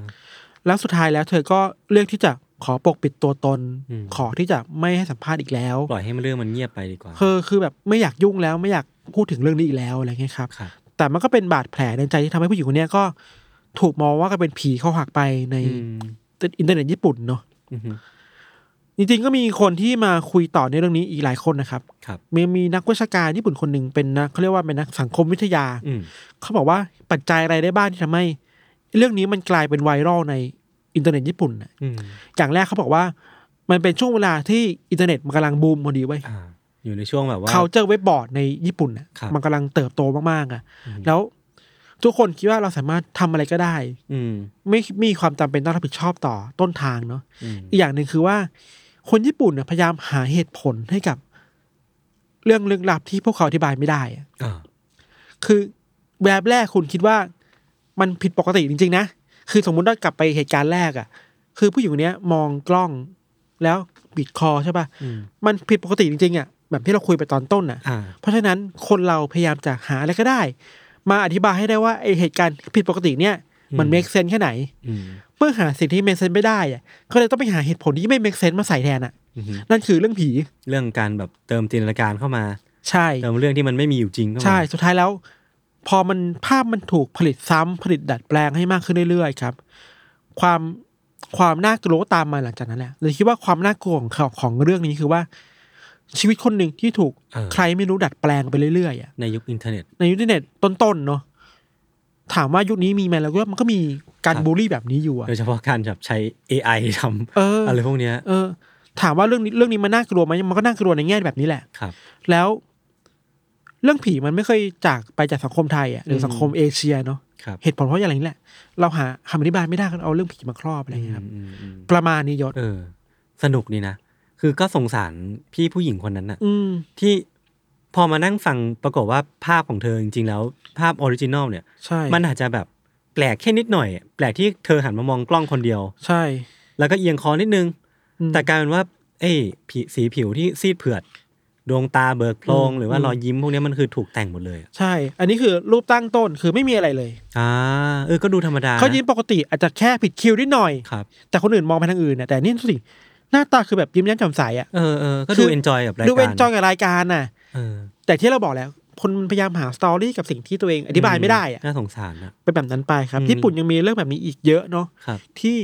[SPEAKER 3] แล้วสุดท้ายแล้วเธอก็เลือกที่จะขอปกปิดตัวตน
[SPEAKER 2] อืม
[SPEAKER 3] ขอที่จะไม่ให้สัมภาษณ์อีกแล้ว
[SPEAKER 2] ปล่อยให้มันเรื่องมันเงียบไปดีกว่า
[SPEAKER 3] เธอคือแบบไม่อยากยุ่งแล้วไม่อยากพูดถึงเรื่องนี้อีกแล้วอะไรเงี้ยครับ
[SPEAKER 2] ครับ
[SPEAKER 3] แต่มันก็เป็นบาดแผลในใจที่ทำให้ผู้หญิงคนเนี้ยก็ถูกมองว่าก็เป็นผีเขาหักไปใน
[SPEAKER 2] อืม
[SPEAKER 3] อินเทอร์เน็ตญี่ปุ่นเนาะ
[SPEAKER 2] อืม
[SPEAKER 3] จริงๆก็มีคนที่มาคุยต่อในเรื่องนี้อีกหลายคนนะครับ
[SPEAKER 2] ครับ
[SPEAKER 3] มีมีนักวิชาการญี่ปุ่นคนหนึ่งเป็นนักเขาเรียกว่าเป็นนักสังคมวิทยา
[SPEAKER 2] อืม
[SPEAKER 3] เขาบอกว่าปัจจัยอะไรได้บ้างที่ทำให้เรื่องนี้มันกลายเป็นไวรัลในอินเทอร์เน็ตญี่ปุ่นน่ะ
[SPEAKER 2] อืม
[SPEAKER 3] อย่างแรกเขาบอกว่า มันเป็นช่วงเวลาที่อินเทอร์เน็ตมันกำลังบูมพอดีไว้ย
[SPEAKER 2] อ่า อยู่ในช่วงแบบว่า
[SPEAKER 3] เขาเจอเว็บบอร์ดในญี่ปุ่นน่ะ
[SPEAKER 2] ครับ
[SPEAKER 3] มันกำลังเติบโตมากๆอ่ะ
[SPEAKER 2] อืม
[SPEAKER 3] แล้วทุกคนคิดว่าเราสามารถทำอะไรก็ได้
[SPEAKER 2] อืม
[SPEAKER 3] ไม่มีความจำเป็นต้องรับผิดชอบต่อต้นทางเนาะ
[SPEAKER 2] อืม
[SPEAKER 3] อีกอย่างหนึ่งคือว่าคนญี่ปุ่นน่ะพยายามหาเหตุผลให้กับ เรื่องลึกลับที่พวกเขาอธิบายไม่ได้อะ
[SPEAKER 2] อ่า
[SPEAKER 3] คือแบบแรกคุณคิดว่ามันผิดปกติจริงๆนะ คือสมมุติว่ากลับไปเหตุการณ์แรกอะ่ะ คือผู้หญิงคนเนี้ยมองกล้องแล้วบิดคอใช่ปะ่ะ
[SPEAKER 2] อืม
[SPEAKER 3] มันผิดปกติจริงๆอะ่ะแบบที่เราคุยไปตอนต้นน่ะ
[SPEAKER 2] อ่า
[SPEAKER 3] เพราะฉะนั้นคนเราพยายามจะหาอะไรก็ได้ มาอธิบายให้ได้ว่าไอเหตุการณ์ผิดปกติเนี่ย มัน
[SPEAKER 2] อืม
[SPEAKER 3] เมคเซนแค่ไหน
[SPEAKER 2] อืม
[SPEAKER 3] เมื่อหาสิ่งที่เมคเซนไม่ได้อะ่ะก็เลยต้องไปหาเหตุผลที่ไม่เมคเซนมาใส่แทนอะ่ะ
[SPEAKER 2] อืม
[SPEAKER 3] นั่นคือเรื่องผี
[SPEAKER 2] เรื่องการแบบเติมจินตนาการเข้ามา
[SPEAKER 3] ใช่
[SPEAKER 2] เติมเรื่องที่มันไม่มีอยู่จริงเข้ามา
[SPEAKER 3] ใช่ สุดท้ายแล้ว พอมันภาพมันถูกผลิตซ้ำผลิตดัดแปลงให้มากขึ้นเรื่อยๆครับ ความความน่ากลัวก็ตามมาหลังจากนั้นแหละเลยคิดว่าความน่ากลัวของเขาของเรื่องนี้คือว่า ชีวิตคนหนึ่งที่ถูก
[SPEAKER 2] เออ
[SPEAKER 3] ใครไม่รู้ดัดแปลงไปเรื่อยๆอะ
[SPEAKER 2] ในยุคอินเทอร์เน็ต
[SPEAKER 3] ในยุคอินเทอร์เน็ตต้นๆเนาะถามว่ายุคนี้มีไหมแล้วก็มันก็มีการ
[SPEAKER 2] ครับ
[SPEAKER 3] บูลลี่แบบนี้อยู่อะ
[SPEAKER 2] โดยเฉพาะการแบบใช้ AI ทำ
[SPEAKER 3] เออ
[SPEAKER 2] อะไรพวกเนี้ย
[SPEAKER 3] เออ ถามว่าเรื่องนี้เรื่องนี้มันน่ากลัวไหมมันก็น่ากลัวในแง่แบบนี้แหละ
[SPEAKER 2] ครับ
[SPEAKER 3] แล้วเรื่องผีมันไม่เคยจากไปจากสังคมไทยอ่ะหรือสังคมเอเชียเนาะ
[SPEAKER 2] ครับ
[SPEAKER 3] เหตุผลเพราะอย่างไรนี่แหละ เราหาคำอธิบายไม่ได้ก็เอาเรื่องผีมาครอบอะไรอย่างเงี้ยครับ
[SPEAKER 2] อืมอืมอืม
[SPEAKER 3] ประมาณนี้ยศ
[SPEAKER 2] เออ สนุกดีนะ คือก็สงสารพี่ผู้หญิงคนนั้นน่ะ
[SPEAKER 3] อืม
[SPEAKER 2] ที่พอมานั่งฟังปรากฏว่าภาพของเธอจริงๆแล้วภาพออริจินอลเนี่ย
[SPEAKER 3] ใช่
[SPEAKER 2] มันอาจจะแบบแปลกแค่นิดหน่อย แปลกที่เธอหันมามองกล้องคนเดียว
[SPEAKER 3] ใช่
[SPEAKER 2] แล้วก็เอียงคอนิดนึง
[SPEAKER 3] อืม
[SPEAKER 2] แต่กลายเป็นว่า เอ้ยผีสีผิวที่ซีดเผือด ดวงตาเบิกโพลง
[SPEAKER 3] อืม
[SPEAKER 2] หรือว่า
[SPEAKER 3] อืม
[SPEAKER 2] รอยยิ้มพวกเนี้ยมันคือถูกแต่งหมดเลยอะ
[SPEAKER 3] ใช่ อันนี้คือรูปตั้งต้นคือไม่มีอะไรเลย
[SPEAKER 2] อ่าเออก็ดูธรรมดานะ
[SPEAKER 3] เขายิ้มปกติอาจจะแค่ผิดคิวนิดหน่อย
[SPEAKER 2] ครับ
[SPEAKER 3] แต่คนอื่นมองไปทางอื่นนะแต่นี่สิหน้าตาคือแบบยิ้มแย้มแจ่มใสอ่ะ
[SPEAKER 2] เออเออก็
[SPEAKER 3] คื
[SPEAKER 2] ดู
[SPEAKER 3] อ
[SPEAKER 2] เอนจอยกับรายการ
[SPEAKER 3] ดูเอนจอยกับรายการน่ะ
[SPEAKER 2] เออ
[SPEAKER 3] แต่ที่เราบอกแล้ว คนมันพยายามหาสตอรี่กับสิ่งที่ตัวเองอธิบายไม่ได้อ่ะ
[SPEAKER 2] น่าสงสารนะ
[SPEAKER 3] เป็นแบบนั้นไปครับ
[SPEAKER 2] อืม
[SPEAKER 3] ญี่ปุ่นยังมีเรื่องแบบนี้อีกเยอะเนาะ
[SPEAKER 2] ครับ
[SPEAKER 3] ที่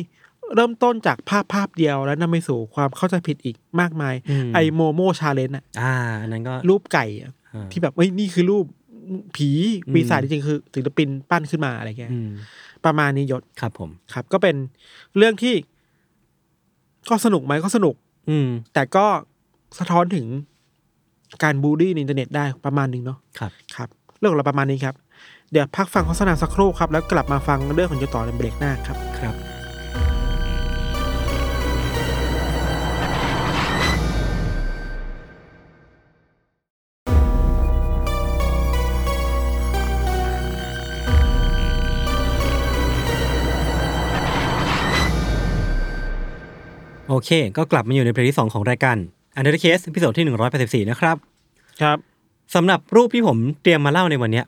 [SPEAKER 3] เริ่มต้นจากภาพภาพเดียวแล้วนำไปสู่ความเข้าใจผิดอีกมากมาย
[SPEAKER 2] อืม
[SPEAKER 3] ไอโมโมชาเลนอะ
[SPEAKER 2] อ่าอันนั้นก็
[SPEAKER 3] รูปไก่อะ
[SPEAKER 2] อ่า
[SPEAKER 3] ที่แบบเอ้ยนี่คือรูปผี
[SPEAKER 2] อืม
[SPEAKER 3] ปีศาจจริงๆคือศิลปินปั้นขึ้นมาอะไรเงี้ย
[SPEAKER 2] อืม
[SPEAKER 3] ประมาณนี้ยศ
[SPEAKER 2] ครับผม
[SPEAKER 3] ครับ ก็เป็นเรื่องที่ ก็สนุกไหมก็สนุก
[SPEAKER 2] อืม
[SPEAKER 3] แต่ก็สะท้อนถึงการบูลลี่ในอินเทอร์เน็ตได้ประมาณหนึงเนาะ
[SPEAKER 2] ครับ
[SPEAKER 3] ครับ เรื่องของเราประมาณนี้ครับ เดี๋ยวพักฟังโฆษณาสักครู่ครับ แล้วกลับมาฟังเรื่องของยศต่อในเบรกหน้าครับ
[SPEAKER 2] ครับ
[SPEAKER 4] 「
[SPEAKER 2] โอเค ก็กลับมาอยู่ในเพลงที่ 2 ของรายการ u n d e r Case พิโซดที่ 184 นะครับ
[SPEAKER 3] ครับ
[SPEAKER 2] สำหรับรูปที่ผมเตรียมมาเล่าในวันเนี้ย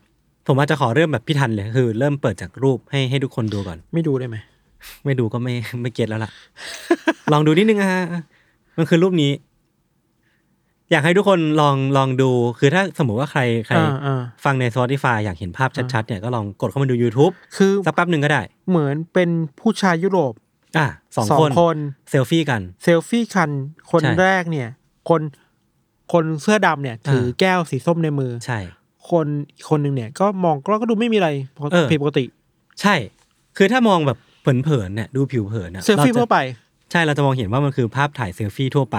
[SPEAKER 2] ผมอาจจะขอเริ่มแบบพี่ทันเลยคือ เริ่มเปิดจากรูปให้ให้ทุกคนดูก่อน
[SPEAKER 3] ไม่ดูได้ไหม
[SPEAKER 2] ไม่ดูก็ไม่ไม่เก็ตแล้วล่ะ ลองดูนิดนึงอ่ะมันคือรูปนี้ อยากให้ทุกคนลองลองดู คือถ้าสมมติว่าใครใคร
[SPEAKER 3] อ่าอ่า
[SPEAKER 2] ฟังใน Spotify อยากเห็นภาพชัดๆเนี่ยก็ลองกดเข้ามาดู YouTube
[SPEAKER 3] คือ
[SPEAKER 2] สักแป๊บหนึ่งก็ได้
[SPEAKER 3] เหมือนเป็นผู้ชายยุโรป
[SPEAKER 2] อ่ะสองคนเซลฟี่กัน
[SPEAKER 3] เซลฟี่คัน คน
[SPEAKER 2] ใช่
[SPEAKER 3] แรกเนี่ย คนคนเสื้อดำเนี่ย ถืออา แก้วสีส้มในมือ
[SPEAKER 2] ใช่
[SPEAKER 3] คนอีกคนหนึ่งเนี่ย ก็มองกล้องก็ดูไม่มีอะไรปกติ
[SPEAKER 2] เออ
[SPEAKER 3] ผิดปกติ
[SPEAKER 2] ใช่ คือถ้ามองแบบเผินๆเนี่ยดูผิวเผินนี่ย
[SPEAKER 3] เซลฟี่
[SPEAKER 2] ราจะ
[SPEAKER 3] ทั่วไป
[SPEAKER 2] ใช่เราจะมองเห็นว่ามันคือภาพถ่ายเซลฟี่ทั่วไป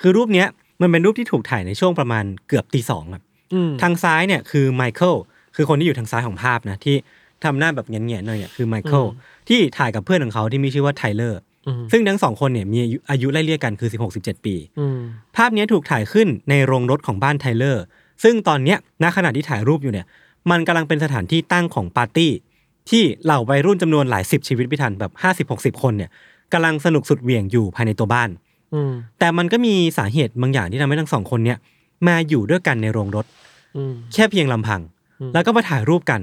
[SPEAKER 2] คือรูปเนี้ยมันเป็นรูปที่ถูกถ่ายในช่วงประมาณเกือบตีสองครับ
[SPEAKER 3] อืม
[SPEAKER 2] ทางซ้ายเนี่ยคือไมเคิลคือคนที่อยู่ทางซ้ายของภาพนะที่ทำหน้าแบบเงี้ยๆหน่อยเนี่ยคือไมเคิลที่ถ่ายกับเพื่อนของเขาที่มีชื่อว่าไทเลอร์
[SPEAKER 3] อืม
[SPEAKER 2] ซึ่งทั้งสองคนเนี่ยมีอายุอายุไล่เลี่ยกันคือ 16-17 ปี
[SPEAKER 3] อืม
[SPEAKER 2] ภาพเนี้ยถูกถ่ายขึ้นในโรงรถของบ้านไทเลอร์ ซึ่งตอนเนี้ยณขณะที่ถ่ายรูปอยู่เนี่ย มันกำลังเป็นสถานที่ตั้งของปาร์ตี้ ที่เหล่าวัยรุ่นจำนวนหลายสิบชีวิตพิถันแบบห้าสิบหกสิบคนเนี่ยกำลังสนุกสุดเหวี่ยงอยู่ภายในตัวบ้าน
[SPEAKER 3] อืม
[SPEAKER 2] แต่มันก็มีสาเหตุบางอย่างที่ทำให้ทั้งสองคนเนี่ยมาอยู่ด้วยกันในโรงรถ
[SPEAKER 3] อืม
[SPEAKER 2] แค่เพียงลำพัง
[SPEAKER 3] อืม
[SPEAKER 2] แล้วก็มาถ่ายรูปกัน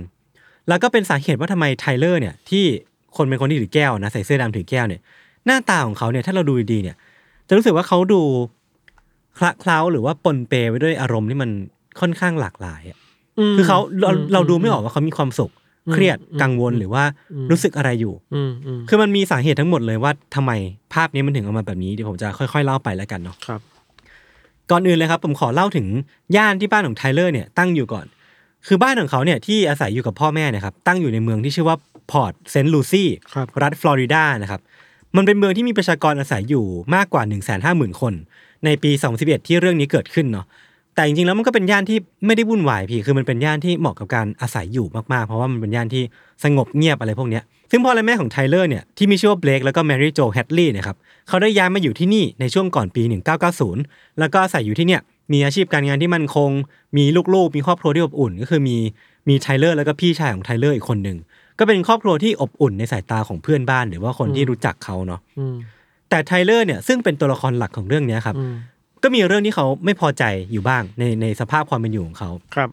[SPEAKER 2] แล้วก็เป็นสาเหตุว่าทำไมไทเลอร์เนี่ย ที่คนเป็นคนที่ถือแก้วนะใส่เสื้อดำถือแก้วเนี่ย หน้าตาของเขาเนี่ยถ้าเราดูดีๆเนี่ย จะรู้สึกว่าเขาดูคละเคล้าหรือว่าปนเปไปด้วยอารมณ์ที่มันค่อนข้างหลากหลายอะ
[SPEAKER 3] ม
[SPEAKER 2] คือเขาเรา
[SPEAKER 3] อื
[SPEAKER 2] เราดูไม่ออกว่าเขามีความสุข
[SPEAKER 3] อืม
[SPEAKER 2] เครียด
[SPEAKER 3] อืม
[SPEAKER 2] กังวล
[SPEAKER 3] อืม
[SPEAKER 2] หรือว่า
[SPEAKER 3] อืม
[SPEAKER 2] รู้สึกอะไรอยู่
[SPEAKER 3] อืมอืม
[SPEAKER 2] คือมันมีสาเหตุทั้งหมดเลยว่าทำไมภาพนี้มันถึงออกมาแบบนี้เดี๋ยวผมจะค่อยๆเล่าไปแล้วกันเนาะ
[SPEAKER 3] ครับ
[SPEAKER 2] ก่อนอื่นเลยครับผมขอเล่าถึงย่านที่บ้านของไทเลอร์เนี่ยตั้งอยู่ก่อน คือบ้านของเขาเนี่ยที่อาศัยอยู่กับพ่อแม่เนะครับตั้งอยู่ในเมืองที่ชื่อว่าพอร์ตเซนต์ลูซี่
[SPEAKER 3] ครับ
[SPEAKER 2] รัฐฟลอริดานะครับมันเป็นเมืองที่มีประชากรอาศัยอยู่มากกว่า 1 5 0 0 0 0 คน ในปี 2011 ที่เรื่องนี้เกิดขึ้นเนาะแต่จริงๆแล้วมันก็เป็นย่านที่ไม่ได้วุ่นวายพี่คือมันเป็นย่านที่เหมาะกับการอาศัยอยู่มากๆ เพราะว่ามันเป็นย่านที่สงบเงียบอะไรพวกเนี้ยซึ่งพ่อและแม่ของไทเลอร์เนี่ยที่มีชื่อว่าเบลกแล้วก็แมรี่โจแฮดลีย์นะครับเขาได้ย้ายมาอยู่ที่นี่ในช่วงก่อนปี 1990 แล้วก็อาศัยอยู่ที่เนี่ย มีอาชีพการงานที่มั่นคง มีลูกๆ มีครอบครัวที่อบอุ่น ก็คือมีมีไทเลอร์แล้วก็พี่ชายของไทเลอร์อีกคนหนึ่ง ก็เป็นครอบครัวที่อบอุ่นในสายตาของเพื่อนบ้าน หรือว่าคนที่รู้จักเขาเนาะ
[SPEAKER 3] อืม
[SPEAKER 2] แต่ไทเลอร์เนี่ยซึ่งเป็นตัวละครหลักของเรื่องเนี้ยครับ
[SPEAKER 3] อืม
[SPEAKER 2] ก็มีเรื่องที่เขาไม่พอใจอยู่บ้างในในสภาพความเป็นอยู่ของเขา
[SPEAKER 3] ครับ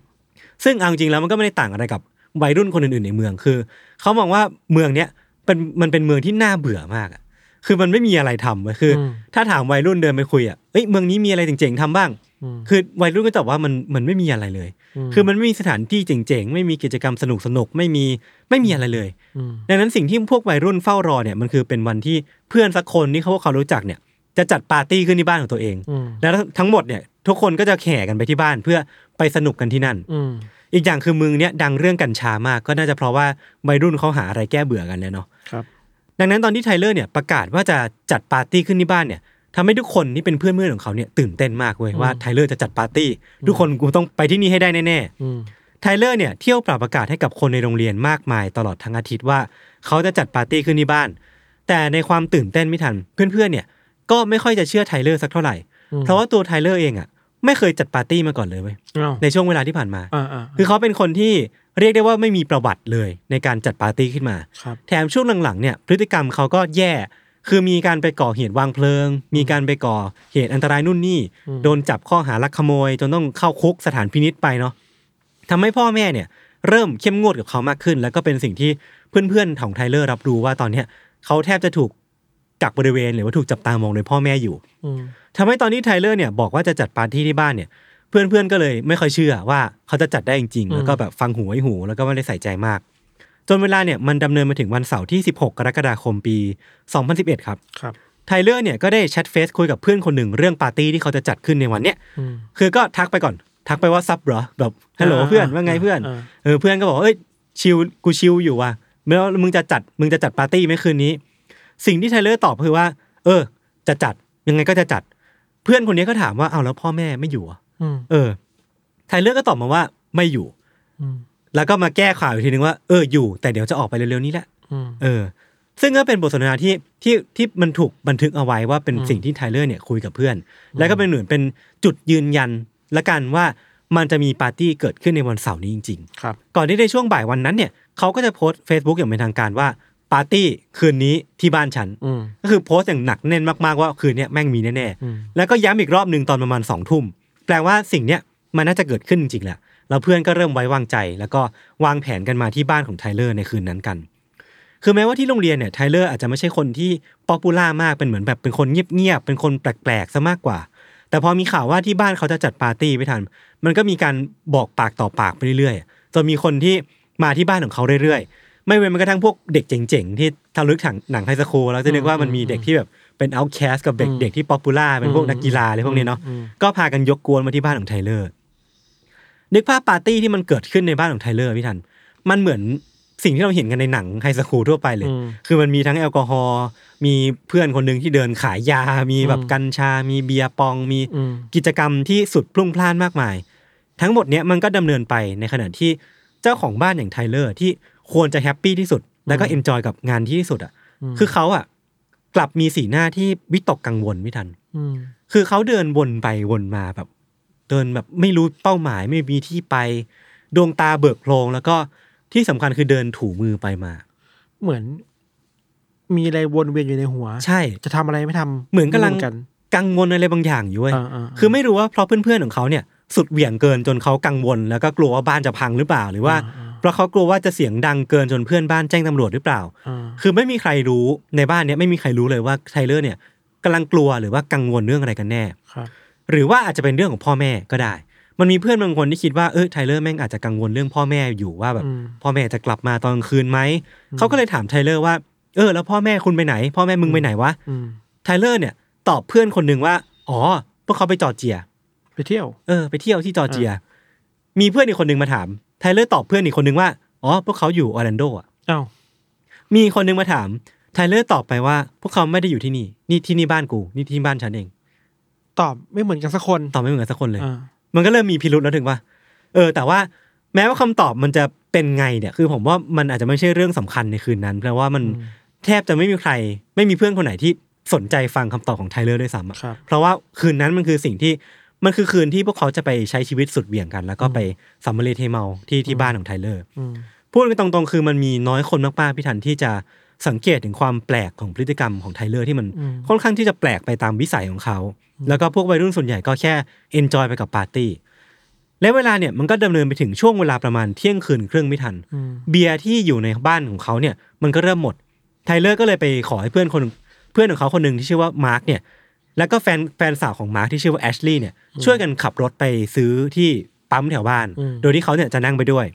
[SPEAKER 2] ซึ่งเอาจริงๆแล้วมันก็ไม่ได้ต่างอะไรกับวัยรุ่นคนอื่นๆในเมืองคือเขามองว่าเมืองเนี้ยเป็นมันเป็นเมืองที่น่าเบื่อมากอะคือมันไม่มีอะไรทำเว้ยคืออ
[SPEAKER 3] ม
[SPEAKER 2] ถ้าถามวัยรุ่นเดินไปคุยอ่ะเอ้ยเมืองนี้มีอะไรเจ๋งๆทำบ้าง
[SPEAKER 3] อืม
[SPEAKER 2] คือวัยรุ่นก็ตอบว่ามันมันไม่มีอะไรเลย คือมันไม่มีสถานที่เจ๋งๆ ไม่มีกิจกรรมสนุกสนุกๆไม่มีไม่มีอะไรเลย
[SPEAKER 3] อืม
[SPEAKER 2] ดังนั้นสิ่งที่พวกวัยรุ่นเฝ้ารอเนี่ยมันคือเป็นวันที่เพื่อนสักคนที่เขาพวกเขารู้จักเนี่ยจะจัดปาร์ตี้ขึ้นที่บ้านของตัวเอง
[SPEAKER 3] อืม
[SPEAKER 2] แล้วทั้งหมดเนี่ยทุกคนก็จะแห่กันไปที่บ้านเพื่อไปสนุกกันที่นั่น
[SPEAKER 3] อืม
[SPEAKER 2] อีกอย่างคือเมืองเนี้ยดังเรื่องกัญชามากก็น่าจะเพราะว่าวัยรุ่นเขาหาอะไรแก้เบื่อกันเลยเนาะ
[SPEAKER 3] ครับ
[SPEAKER 2] ดังนั้นตอนที่ไทเลอร์เนี่ยประกาศว่าจะจัดปาร์ตี้ขึ้นที่บ้านเนี่ยทำให้ทุกคนที่เป็นเพื่อนเพื่อนของเขาเนี่ยตื่นเต้นมากเว้ยว่าไทเลอร์จะจัดปาร์ตี้ทุกคนกูต้องไปที่นี่ให้ได้แน่
[SPEAKER 3] อืม
[SPEAKER 2] ๆไทเลอร์เนี่ยเที่ยวปรับประกาศให้กับคนในโรงเรียนมากมายตลอดทั้งอาทิตย์ว่าเขาจะจัดปาร์ตี้ขึ้นที่บ้าน แต่ในความตื่นเต้นไม่ทันเพื่อนๆเนี่ยก็ไม่ค่อยจะเชื่อไทเลอร์สักเท่าไหร่ เพราะว่าตัวไทเลอร์เองอ่ะไม่เคยจัดปาร์ตี้มาก่อนเลยเว้ย
[SPEAKER 3] อ้าว
[SPEAKER 2] ในช่วงเวลาที่ผ่านมา
[SPEAKER 3] อ่าอ่า
[SPEAKER 2] คือเขาเป็นคนที่เรียกได้ว่าไม่มีประวัติเลยในการจัดปาร์ตี้ขึ้นมา
[SPEAKER 3] ครับ
[SPEAKER 2] แถมช่วงหลังๆเนี่ยพฤติกรรมเขาก็แย่ คือมีการไปก่อเหตุวางเพลิง มีการไปก่อเหตุอันตรายนู่นนี่
[SPEAKER 3] อืม
[SPEAKER 2] โดนจับข้อหาลักขโมย จนต้องเข้าคุกสถานพินิษไปเนาะทำให้พ่อแม่เนี่ย เริ่มเข้มงวดกับเขามากขึ้น แล้วก็เป็นสิ่งที่เพื่อนๆของไทเลอร์รับรู้ว่าตอนเนี้ยเขาแทบจะถูกกักบริเวณหรือว่าถูกจับตามองโดยพ่อแม่อยู่
[SPEAKER 3] อืม
[SPEAKER 2] ทำให้ตอนที่ไทเลอร์เนี่ยบอกว่าจะจัดปาร์ตี้ที่บ้านเนี่ยเพื่อนๆก็เลยไม่ค่อยเชื่อว่าเขาจะจัดได้จริงๆ แล้วก็แบบฟังหูไว้หู แล้วก็ไม่ได้ใส่ใจมาก จนเวลาเนี่ยมันดำเนินมาถึงวันเสาร์ที่ 16 กรกฎาคมปี 2011 ครับ
[SPEAKER 3] ครับ
[SPEAKER 2] ไทเลอร์เนี่ยก็ได้แชทเฟซคุยกับเพื่อนคนหนึ่งเรื่องปาร์ตี้ที่เขาจะจัดขึ้นในวันเนี้ย
[SPEAKER 3] อืม
[SPEAKER 2] คือก็ทักไปก่อนทักไปว่าซับเหรอแบบฮัลโหลเพื่อนว่าไงเพื่อน
[SPEAKER 3] า
[SPEAKER 2] เออเพื่อนก็บอกว่าเอ้ยชิลกูชิลอยู่ว่ะแล้วมึงจะจัดมึงจะจัดปาร์ตี้ไหมคืนนี้ สิ่งที่ไทเลอร์ตอบคือว่า เออ จะจัดยังไงก็จะจัด เพื่อนคนนี้ก็ถามว่าเอาแล้วพ่อแม่ไม่อยู่เหรอ
[SPEAKER 3] อืม
[SPEAKER 2] เออไทเลอร์ก็ตอบมาว่าไม่อยู่
[SPEAKER 3] อืม
[SPEAKER 2] แล้วก็มาแก้ข่าวอีกทีนึงว่าเอออยู่ แต่เดี๋ยวจะออกไปเร็วๆนี้แหละ
[SPEAKER 3] อืม
[SPEAKER 2] เออ ซึ่งก็เป็นบทสนทนาที่ที่ที่มันถูกบันทึกเอาไว้ว่าเป็นสิ่งที่ไทเลอร์เนี่ยคุยกับเพื่อน แล้วก็เป็นเหมือนเป็นจุดยืนยันละกันว่ามันจะมีปาร์ตี้เกิดขึ้นในวันเสาร์นี้จริง ๆ
[SPEAKER 3] ครับ
[SPEAKER 2] ก่อนที่ในช่วงบ่ายวันนั้นเนี่ยเขาก็จะโพสต์ Facebook อย่างเป็นทางการว่า ปาร์ตี้คืนนี้ที่บ้านฉัน
[SPEAKER 3] อืม
[SPEAKER 2] ก็คือโพสต์อย่างหนักแน่นมากๆว่าคืนเนี้ยแม่งมีแน่
[SPEAKER 3] อืม
[SPEAKER 2] ๆ แล้วก็ย้ำอีกรอบหนึ่งตอนประมาณสองทุ่ม แปลว่าสิ่งเนี้ยมันน่าจะเกิดขึ้นจริงๆแหละแล้วเพื่อนก็เริ่มไว้วางใจ แล้วก็วางแผนกันมาที่บ้านของไทเลอร์ในคืนนั้นกัน คือแม้ว่าที่โรงเรียนเนี่ยไทเลอร์อาจจะไม่ใช่คนที่ป๊อปปูล่ามากเป็นเหมือนแบบเป็นคนเงียบๆเป็นคนแปลกๆซะมากกว่า แต่พอมีข่าวว่าที่บ้านเขาจะจัดปาร์ตี้ไปทัน มันก็มีการบอกปากต่อปากไปเรื่อยๆจนมีคนที่มาที่บ้านของเขาเรื่อยๆ ไม่เว้นแม้กระทั่งพวกเด็กเจ๋งๆ ที่ทะลึกถังหนังไฮสคูลแล้วจะนึกว่ามันมีเด็กที่แบบเป็นเอาแคสกับเด็กเด็กที่ป๊อปปูล่าเป็นพวกนักกีฬาอะไรพวกนี้เนาะ ก็พากันยกกวนมาที่บ้านของไทเลอร์ นึกภาพปาร์ตี้ที่มันเกิดขึ้นในบ้านของไทเลอร์พี่ทัน มันเหมือนสิ่งที่เราเห็นกันในหนังไฮสคูลทั่วไปเลย
[SPEAKER 3] อืม
[SPEAKER 2] คือมันมีทั้งแอลกอฮอล์ มีเพื่อนคนหนึ่งที่เดินขายยา มีแบบกัญชา มีเบียร์ปอง มี
[SPEAKER 3] อืม
[SPEAKER 2] กิจกรรมที่สุดพลุ่งพล่านมากมาย ทั้งหมดเนี้ยมันก็ดำเนินไปในขณะที่เจ้าของบ้านอย่างไทเลอร์ที่ควรจะแฮปปี้ที่สุด แล้วก็เอนจอยกับงานที่ที่สุดอ่ะ คือเขาอ่ะกลับมีสีหน้าที่วิตกกังวลไม่ทัน
[SPEAKER 3] อืม
[SPEAKER 2] คือเขาเดินวนไปวนมาแบบ เดินแบบไม่รู้เป้าหมายไม่มีที่ไป ดวงตาเบิกโพลงแล้วก็ที่สำคัญคือเดินถูมือไปมา
[SPEAKER 3] เหมือน มีอะไรวนเวียนอยู่ในหัว
[SPEAKER 2] ใช่
[SPEAKER 3] จะทำอะไรไม่ทำ
[SPEAKER 2] เหมือนกำลัง
[SPEAKER 3] ไรู้กัน
[SPEAKER 2] กังวลอะไรบางอย่างอยู่เว้ย
[SPEAKER 3] อ่าๆๆ
[SPEAKER 2] คือไม่รู้ว่าเพราะเพื่อนๆของเขาเนี่ย สุดเหวี่ยงเกินจนเขากังวล แล้วก็กลัวว่าบ้านจะพังหรือเปล่า หรือว่า เพราะเขากลัวว่าจะเสียงดังเกินจนเพื่อนบ้านแจ้งตำรวจหรือเปล่า
[SPEAKER 3] อ่า
[SPEAKER 2] คือไม่มีใครรู้ในบ้านเนี่ยไม่มีใครรู้เลยว่าไทเลอร์เนี่ยกำลังกลัวหรือว่ากังวลเรื่องอะไรกันแน่
[SPEAKER 3] ครับ
[SPEAKER 2] หรือว่าอาจจะเป็นเรื่องของพ่อแม่ก็ได้ มันมีเพื่อนบางคนที่คิดว่าเออไทเลอร์แม่งอาจจะกังวลเรื่องพ่อแม่อยู่ว่าแบบ
[SPEAKER 3] อืม
[SPEAKER 2] พ่อแม่จะกลับมาตอนกลางคืนไหม เขาก็เลยถามไทเลอร์ว่าเออแล้วพ่อแม่คุณไปไหน พ่อแม่มึงไปไหนวะ
[SPEAKER 3] อืม
[SPEAKER 2] ไทเลอร์เนี่ยตอบเพื่อนคนหนึ่งว่า อ๋อ พวกเขาไปจอร์เจีย
[SPEAKER 3] ไปเที่ยว
[SPEAKER 2] เออ ไปเที่ยวที่จอร์เจีย มีเพื่อนอีกคนหนึ่งมาถาม ไทเลอร์ตอบเพื่อนอีกคนหนึ่งว่า อ๋อ พวกเขาอยู่ออร์แลนโดอ่ะ
[SPEAKER 3] เอ้า
[SPEAKER 2] มีคนหนึ่งมาถาม ไทเลอร์ตอบไปว่า พวกเขาไม่ได้อยู่ที่นี่ นี่ที่นี่บ้านกู นี่ที่บ้านฉันเอง
[SPEAKER 3] ตอบไม่เหมือนกันสักคน
[SPEAKER 2] ตอบไม่เหมือนกันสักคนเลย
[SPEAKER 3] อ่า
[SPEAKER 2] มันก็เริ่มมีพิรุษแล้วถึงว่า เออ แต่ว่าแม้ว่าคำตอบมันจะเป็นไงเนี่ย คือผมว่ามันอาจจะไม่ใช่เรื่องสำคัญในคืนนั้น เพราะว่ามันแทบจะไม่มีใคร ไม่มีเพื่อนคนไหนที่สนใจฟังคำตอบของไทเลอร์ด้วยซ้ำอะ
[SPEAKER 3] ครับ
[SPEAKER 2] เพราะว่าคืนนั้นมันคือสิ่งที่มันคือคืนที่พวกเขาจะไปใช้ชีวิตสุดเหวี่ยงกัน แล้วก็ไปสัมมเลเทเมาที่ที่บ้านของไทเลอร์
[SPEAKER 3] อืม
[SPEAKER 2] พูดกันตรงๆ คือมันมีน้อยคนมากๆพี่ทันที่จะสังเกตถึงความแปลกของพฤติกรรมของไทเลอร์ที่มันค่อนข้างที่จะแปลกไปตามวิสัยของเขา แล้วก็พวกวัยรุ่นส่วนใหญ่ก็แค่เอนจอยไปกับปาร์ตี้และเวลาเนี่ยมันก็ดำเนินไปถึงช่วงเวลาประมาณเที่ยงคืนครึ่งไม่ทัน
[SPEAKER 3] อืม
[SPEAKER 2] เบียร์ที่อยู่ในบ้านของเขาเนี่ยมันก็เริ่มหมด ไทเลอร์ก็เลยไปขอให้เพื่อนคนเพื่อนของเขาคนหนึ่งที่ชื่อว่ามาร์กเนี่ยแล้วก็แฟนแฟนสาวของมาร์กที่ชื่อว่าแอชลีย์เนี่ยช่วยกันขับรถไปซื้อที่ปั๊มแถวบ้าน
[SPEAKER 3] อืม
[SPEAKER 2] โดยที่เขาเนี่ยจะนั่งไปด้วย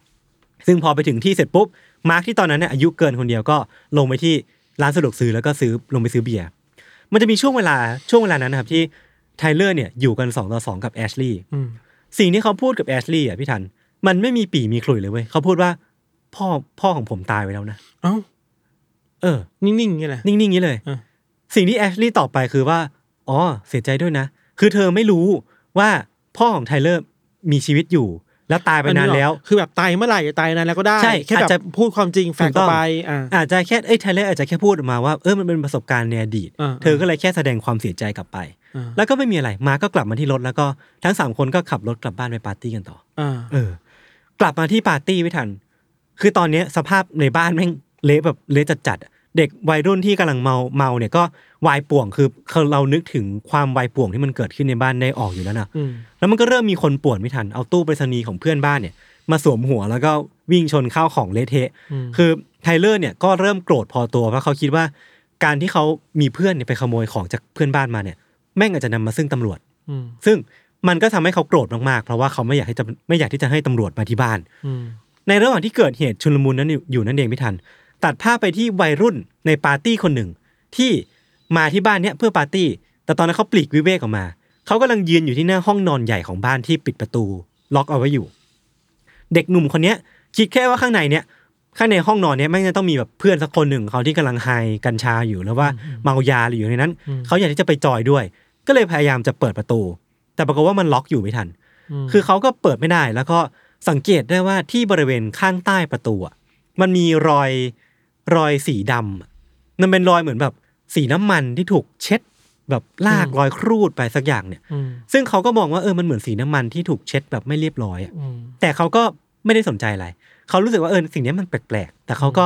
[SPEAKER 2] ซึ่งพอไปถึงที่เสร็จปุ๊บมาร์กที่ตอนนั้นเนี่ยอายุเกินคนเดียวก็ลงไปที่ร้านสะดวกซื้อแล้วก็ซื้อลงไปซื้อเบียร์มันจะมีช่วงเวลาช่วงเวลานั้นนะครับที่ไทเลอร์เนี่ยอยู่กันสองต่อสองกับแอชลีย์
[SPEAKER 3] อืม
[SPEAKER 2] สิ่งที่เขาพูดกับแอชลีย์อ่ะพี่ทัน มันไม่มีปีมีขลุ่ยเลยเว้ยเขาพูดว่า พ่อพ่อของผมตายไปแล้วนะ
[SPEAKER 3] เอ้า
[SPEAKER 2] เออ
[SPEAKER 3] นิ่งๆอย่างนี้แหละ
[SPEAKER 2] นิ่งๆอย่างนี้เลย
[SPEAKER 3] อ่ะ
[SPEAKER 2] สิ่งที่แอชลีย์ตอบไปคือว่า อ๋อ เสียใจด้วยนะ คือเธอไม่รู้ว่าพ่อของไทเลอร์มีชีวิตอยู่ แล้วตายไปนานแล้ว
[SPEAKER 3] คือแบบตายเมื่อไหร่จะตายนานแล้วก็ได้
[SPEAKER 2] ใช่
[SPEAKER 3] แค่
[SPEAKER 2] อา
[SPEAKER 3] แบ
[SPEAKER 2] จจะ
[SPEAKER 3] บพูดความจริงแฟกต์ออกไปอ่า
[SPEAKER 2] อาจจะแค่เอ้ยไทเลอร์อาจจะแค่พูดออกมาว่าเออมันเป็นประสบการณ์ในอดีต
[SPEAKER 3] อ่า
[SPEAKER 2] เธอก็เลยแค่แสดงความเสียใจกลับไป
[SPEAKER 3] อ่า
[SPEAKER 2] แล้วก็ไม่มีอะไร มาร์คก็กลับมาที่รถแล้วก็ทั้งสามคนก็ขับรถกลับบ้านไปปาร์ตี้กันต่อ
[SPEAKER 3] อ่า
[SPEAKER 2] เออ กลับมาที่ปาร์ตี้ไม่ทัน คือตอนเนี้ยสภาพในบ้านแม่งเละแบบเละจัดจัดๆอะเด็กวัยรุ่นที่กำลังเมาเมาเนี่ยก็วายป่วงคือคือเรานึกถึงความวายป่วงที่มันเกิดขึ้นในบ้านได้ออกอยู่แล้วนะ
[SPEAKER 3] อืม
[SPEAKER 2] แล้วมันก็เริ่มมีคนป่วนไม่ทันเอาตู้ไปรษณีย์ของเพื่อนบ้านเนี่ยมาสวมหัวแล้วก็วิ่งชนข้าวของเละเทะ
[SPEAKER 3] อืม
[SPEAKER 2] คือไทเลอร์เนี่ยก็เริ่มโกรธพอตัวเพราะเขาคิดว่า การที่เขามีเพื่อนเนี่ยไปขโมยของจากเพื่อนบ้านมาเนี่ยแม่งอาจจะนำมาซึ่งตำรวจ
[SPEAKER 3] อืม
[SPEAKER 2] ซึ่งมันก็ทำให้เขาโกรธมากๆ เพราะว่าเขาไม่อยากให้จะไม่อยากที่จะให้ตำรวจมาที่บ้าน
[SPEAKER 3] อืม
[SPEAKER 2] ในระหว่างที่เกิดเหตุชุลมุนนั้นอยู่อยู่นั่นเองพี่ทัน ตัดภาพไปที่วัยรุ่นในปาร์ตี้คนหนึ่ง ที่มาที่บ้านเนี้ยเพื่อปาร์ตี้ แต่ตอนนั้นเขาปลีกวิเวกออกมา เขากำลังยืนอยู่ที่หน้าห้องนอนใหญ่ของบ้านที่ปิดประตู ล็อกเอาไว้อยู่ เด็กหนุ่มคนเนี้ยคิดแค่ว่าข้างในเนี้ยข้างในห้องนอนเนี้ยแม่งจะต้องมีแบบเพื่อนสักคนหนึ่งของเขาที่กำลังไฮกัญชาอยู่แล้วว่าเมายาหรืออยู่ในนั้น เขาอยากที่จะไปจอยด้วย ก็เลยพยายามจะเปิดประตู แต่ปรากฏว่ามันล็อกอยู่ไม่ทัน คือเขาก็เปิดไม่ได้แล้วก็สังเกตได้ว่าที่บริเวณข้างใต้ประตูอะมันมีรอยรอยสีดำอะมันเป็นรอยเหมือนแบบสีน้ำมันที่ถูกเช็ด แบบลากรอยครูดไปสักอย่างเนี่ย
[SPEAKER 3] อืม
[SPEAKER 2] ซึ่งเขาก็มองว่าเออมันเหมือนสีน้ำมันที่ถูกเช็ดแบบไม่เรียบร้อยอะ
[SPEAKER 3] อืม
[SPEAKER 2] แต่เขาก็ไม่ได้สนใจอะไร เขารู้สึกว่าเออสิ่งเนี้ยมันแปลกๆ แต่เขาก็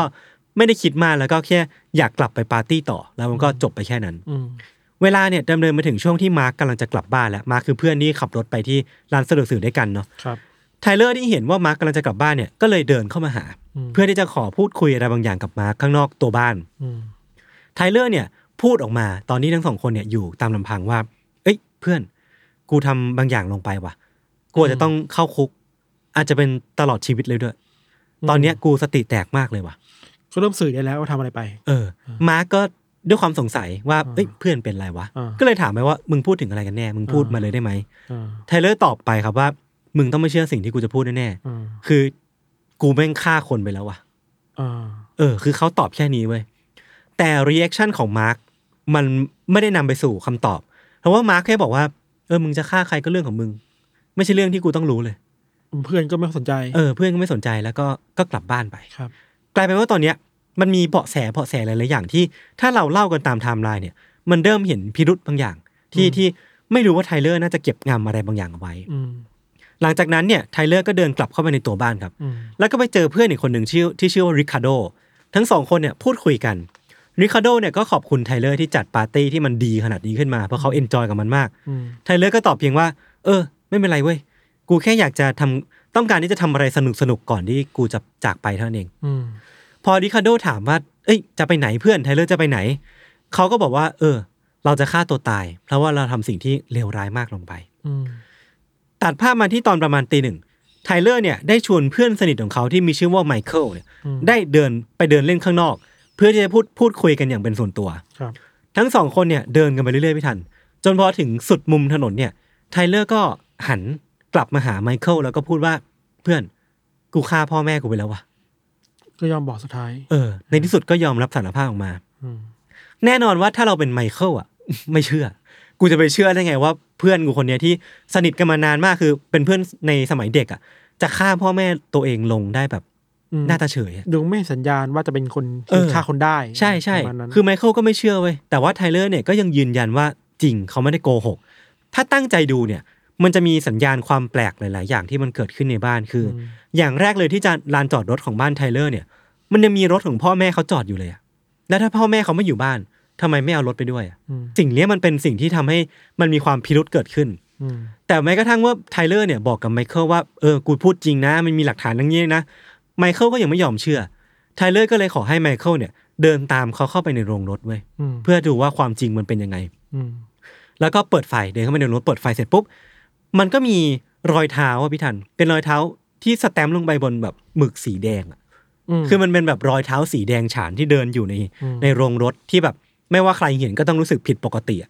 [SPEAKER 2] ไม่ได้คิดมากแล้วก็แค่อยากกลับไปปาร์ตี้ต่อ แล้วมันก็จบไปแค่นั้น
[SPEAKER 3] อืม
[SPEAKER 2] เวลาเนี่ยดำเนินมาถึงช่วงที่มาร์กกำลังจะกลับบ้านแล้วมาร์คคือเพื่อนที่ขับรถไปที่ร้านสะดวกซื้อด้วยกันเนาะ
[SPEAKER 3] ครับ
[SPEAKER 2] ไทเลอร์ที่เห็นว่ามาร์กกำลังจะกลับบ้านเนี่ยก็เลยเดินเข้ามาหา
[SPEAKER 3] ม
[SPEAKER 2] เพื่อที่จะขอพูดคุยอะไรบางอย่างกับมาร์คข้างนอกตัวบ้าน
[SPEAKER 3] ม
[SPEAKER 2] ไทเลอร์เนี่ยพูดออกมาตอนนี้ทั้งสองคนเนี่ยอยู่ตามลำพังว่า เอ้ยเพื่อน กูทำบางอย่างลงไปว่ะกูอาจจะต้องเข้าคุก อาจจะเป็นตลอดชีวิตเลยด้วย ตอนเนี้ยกูสติแตกมากเลยว่ะ
[SPEAKER 3] ก็เริ่มสื่อได้แล้วว่าทำอะไรไป
[SPEAKER 2] เออ มาร์กก็ด้วยความสงสัยว่าเอ้ยเพื่อนเป็นไรวะ
[SPEAKER 3] อ่า
[SPEAKER 2] ก็เลยถามไปว่ามึงพูดถึงอะไรกันแน่ มึงพูด
[SPEAKER 3] อ่าม
[SPEAKER 2] มาเลยได้ไหม
[SPEAKER 3] อ่า
[SPEAKER 2] ไทเลอร์ตอบไปครับว่า มึงต้องไม่เชื่อสิ่งที่กูจะพูดแน่
[SPEAKER 3] อ่า
[SPEAKER 2] ๆคือกูแม่งฆ่าคนไปแล้วว่ะ
[SPEAKER 3] อ่า
[SPEAKER 2] เออคือเขาตอบแค่นี้เว้ยแต่รีแอคชั่นของมาร์คมันไม่ได้นำไปสู่คำตอบ เพราะว่ามาร์คแค่บอกว่าเออมึงจะฆ่าใครก็เรื่องของมึง ไม่ใช่เรื่องที่กูต้องรู้เลย
[SPEAKER 3] เพื่อนก็ไม่สนใจ
[SPEAKER 2] เออเพื่อนก็ไม่สนใจแล้วก็ก็กลับบ้านไป
[SPEAKER 3] ครับ
[SPEAKER 2] กลายเป็นว่าตอนเนี้ยมันมีเบาะแสเบาะแสหลายๆอย่างที่ถ้าเราเล่ากันตามไทม์ไลน์เนี่ย มันเริ่มเห็นพิรุธบางอย่าง ที่
[SPEAKER 3] อืม
[SPEAKER 2] ที่ไม่รู้ว่าไทเลอร์น่าจะเก็บงำอะไรบางอย่างเอาไว้
[SPEAKER 3] อืม
[SPEAKER 2] หลังจากนั้นเนี่ยไทเลอร์ก็เดินกลับเข้าไปในตัวบ้านครับ
[SPEAKER 3] อืม
[SPEAKER 2] แล้วก็ไปเจอเพื่อนอีกคนหนึ่งชื่อที่ชื่อว่าริคาร์โดทั้งสองคนเนี่ยพูดคุยกันริคาร์โดเนี่ยก็ขอบคุณไทเลอร์ที่จัดปาร์ตี้ที่มันดีขนาดนี้ขึ้นมา เพราะเขาเอนจอยกับมันมาก
[SPEAKER 3] อืม
[SPEAKER 2] ไทเลอร์ก็ตอบเพียงว่า เออ ไม่เป็นไรเว้ย กูแค่อยากจะทำต้องการที่จะทำอะไรสนุกๆ ก่อนที่กูจะจากไปเท่านั้นเอง
[SPEAKER 3] อืม
[SPEAKER 2] พอริคาร์โดถามว่า เอ้ย จะไปไหนเพื่อนไทเลอร์จะไปไหน เขาก็บอกว่า เออ เราจะฆ่าตัวตาย เพราะว่าเราทำสิ่งที่เลวร้ายมากลงไป
[SPEAKER 3] อืม
[SPEAKER 2] ตัดภาพมาที่ตอนประมาณตีหนึ่งไทเลอร์เนี่ยได้ชวนเพื่อนสนิทของเขาที่มีชื่อว่าไมเคิลเนี่ย
[SPEAKER 3] อืม
[SPEAKER 2] ได้เดินไปเดินเล่นข้างนอก เพื่อที่จะพูดพูดคุยกันอย่างเป็นส่วนตัว
[SPEAKER 3] ครับ
[SPEAKER 2] ทั้งสองคนเนี่ยเดินกันไปเรื่อยๆไม่ทัน จนพอถึงสุดมุมถนนเนี่ยไทเลอร์ก็หันกลับมาหาไมเคิลแล้วก็พูดว่าเพื่อนกูฆ่าพ่อแม่กูไปแล้ววะ
[SPEAKER 3] ก็ยอมบอกสุดท้าย
[SPEAKER 2] เออในที่สุดก็ยอมรับสารภาพออกมา
[SPEAKER 3] อืม
[SPEAKER 2] แน่นอนว่าถ้าเราเป็นไมเคิลอ่ะ ไม่เชื่อ กูจะไปเชื่อได้ไงว่าเพื่อนกูคนเนี้ยที่สนิทกันมานานมากคือ เป็นเพื่อนในสมัยเด็กอ่ะ จะฆ่าพ่อแม่ตัวเองลงได้แบบ
[SPEAKER 3] อืม
[SPEAKER 2] หน้าตาเฉยอะ
[SPEAKER 3] ดูไม่เห็นสัญญาณว่าจะเป็นคน
[SPEAKER 2] เอ
[SPEAKER 3] ที่
[SPEAKER 2] อ
[SPEAKER 3] ฆ่าคนได้
[SPEAKER 2] ใช่ใช่
[SPEAKER 3] ประมาณนั้น
[SPEAKER 2] คือไมเคิลก็ไม่เชื่อเว้ยแต่ว่าไทเลอร์เนี่ยก็ยังยืนยันว่าจริงเขาไม่ได้โกหก ถ้าตั้งใจดูเนี่ย มันจะมีสัญญาณความแปลกหลาย ๆ อย่างที่มันเกิดขึ้นในบ้านคือออย่างแรกเลยที่จะลานจอดรถของบ้านไทเลอร์เนี่ย มันยังมีรถของพ่อแม่เขาจอดอยู่เลยอะแล้วถ้าพ่อแม่เขาไม่อยู่บ้านทำไมไม่เอารถไปด้วยอะ
[SPEAKER 3] อืม
[SPEAKER 2] สิ่งเนี้ยมันเป็นสิ่งที่ทำให้มันมีความพิรุษเกิดขึ้น
[SPEAKER 3] อืม
[SPEAKER 2] แต่แม้กระทั่งว่าไทเลอร์เนี่ยบอกกับไมเคิลว่าเออกูพูดจริงนะ มันมีหลักฐานทั้งนี้นะไมเคิลก็ยังไม่ยอมเชื่อไทเลอร์ก็เลยขอให้ไมเคิลเนี่ยเดินตามเขาเข้าไปในโรงรถเว้ย
[SPEAKER 3] อืม
[SPEAKER 2] เพื่อดูว่าความจริงมันเป็นยังไง
[SPEAKER 3] อืม
[SPEAKER 2] แล้วก็เปิดไฟเดินเข้าไปในโรงรถเปิดไฟเสร็จปุ๊บมันก็มีรอยเท้าอะพี่ทันเป็นรอยเท้าที่สแตมป์ลงไปบนแบบหมึกสีแดงอะ
[SPEAKER 3] ม
[SPEAKER 2] คือมันเป็นแบบรอยเท้าสีแดงฉานที่เดินอยู่ใน
[SPEAKER 3] อืม
[SPEAKER 2] ในโรงรถที่แบบไม่ว่าใครเห็นก็ต้องรู้สึกผิดปกติอะ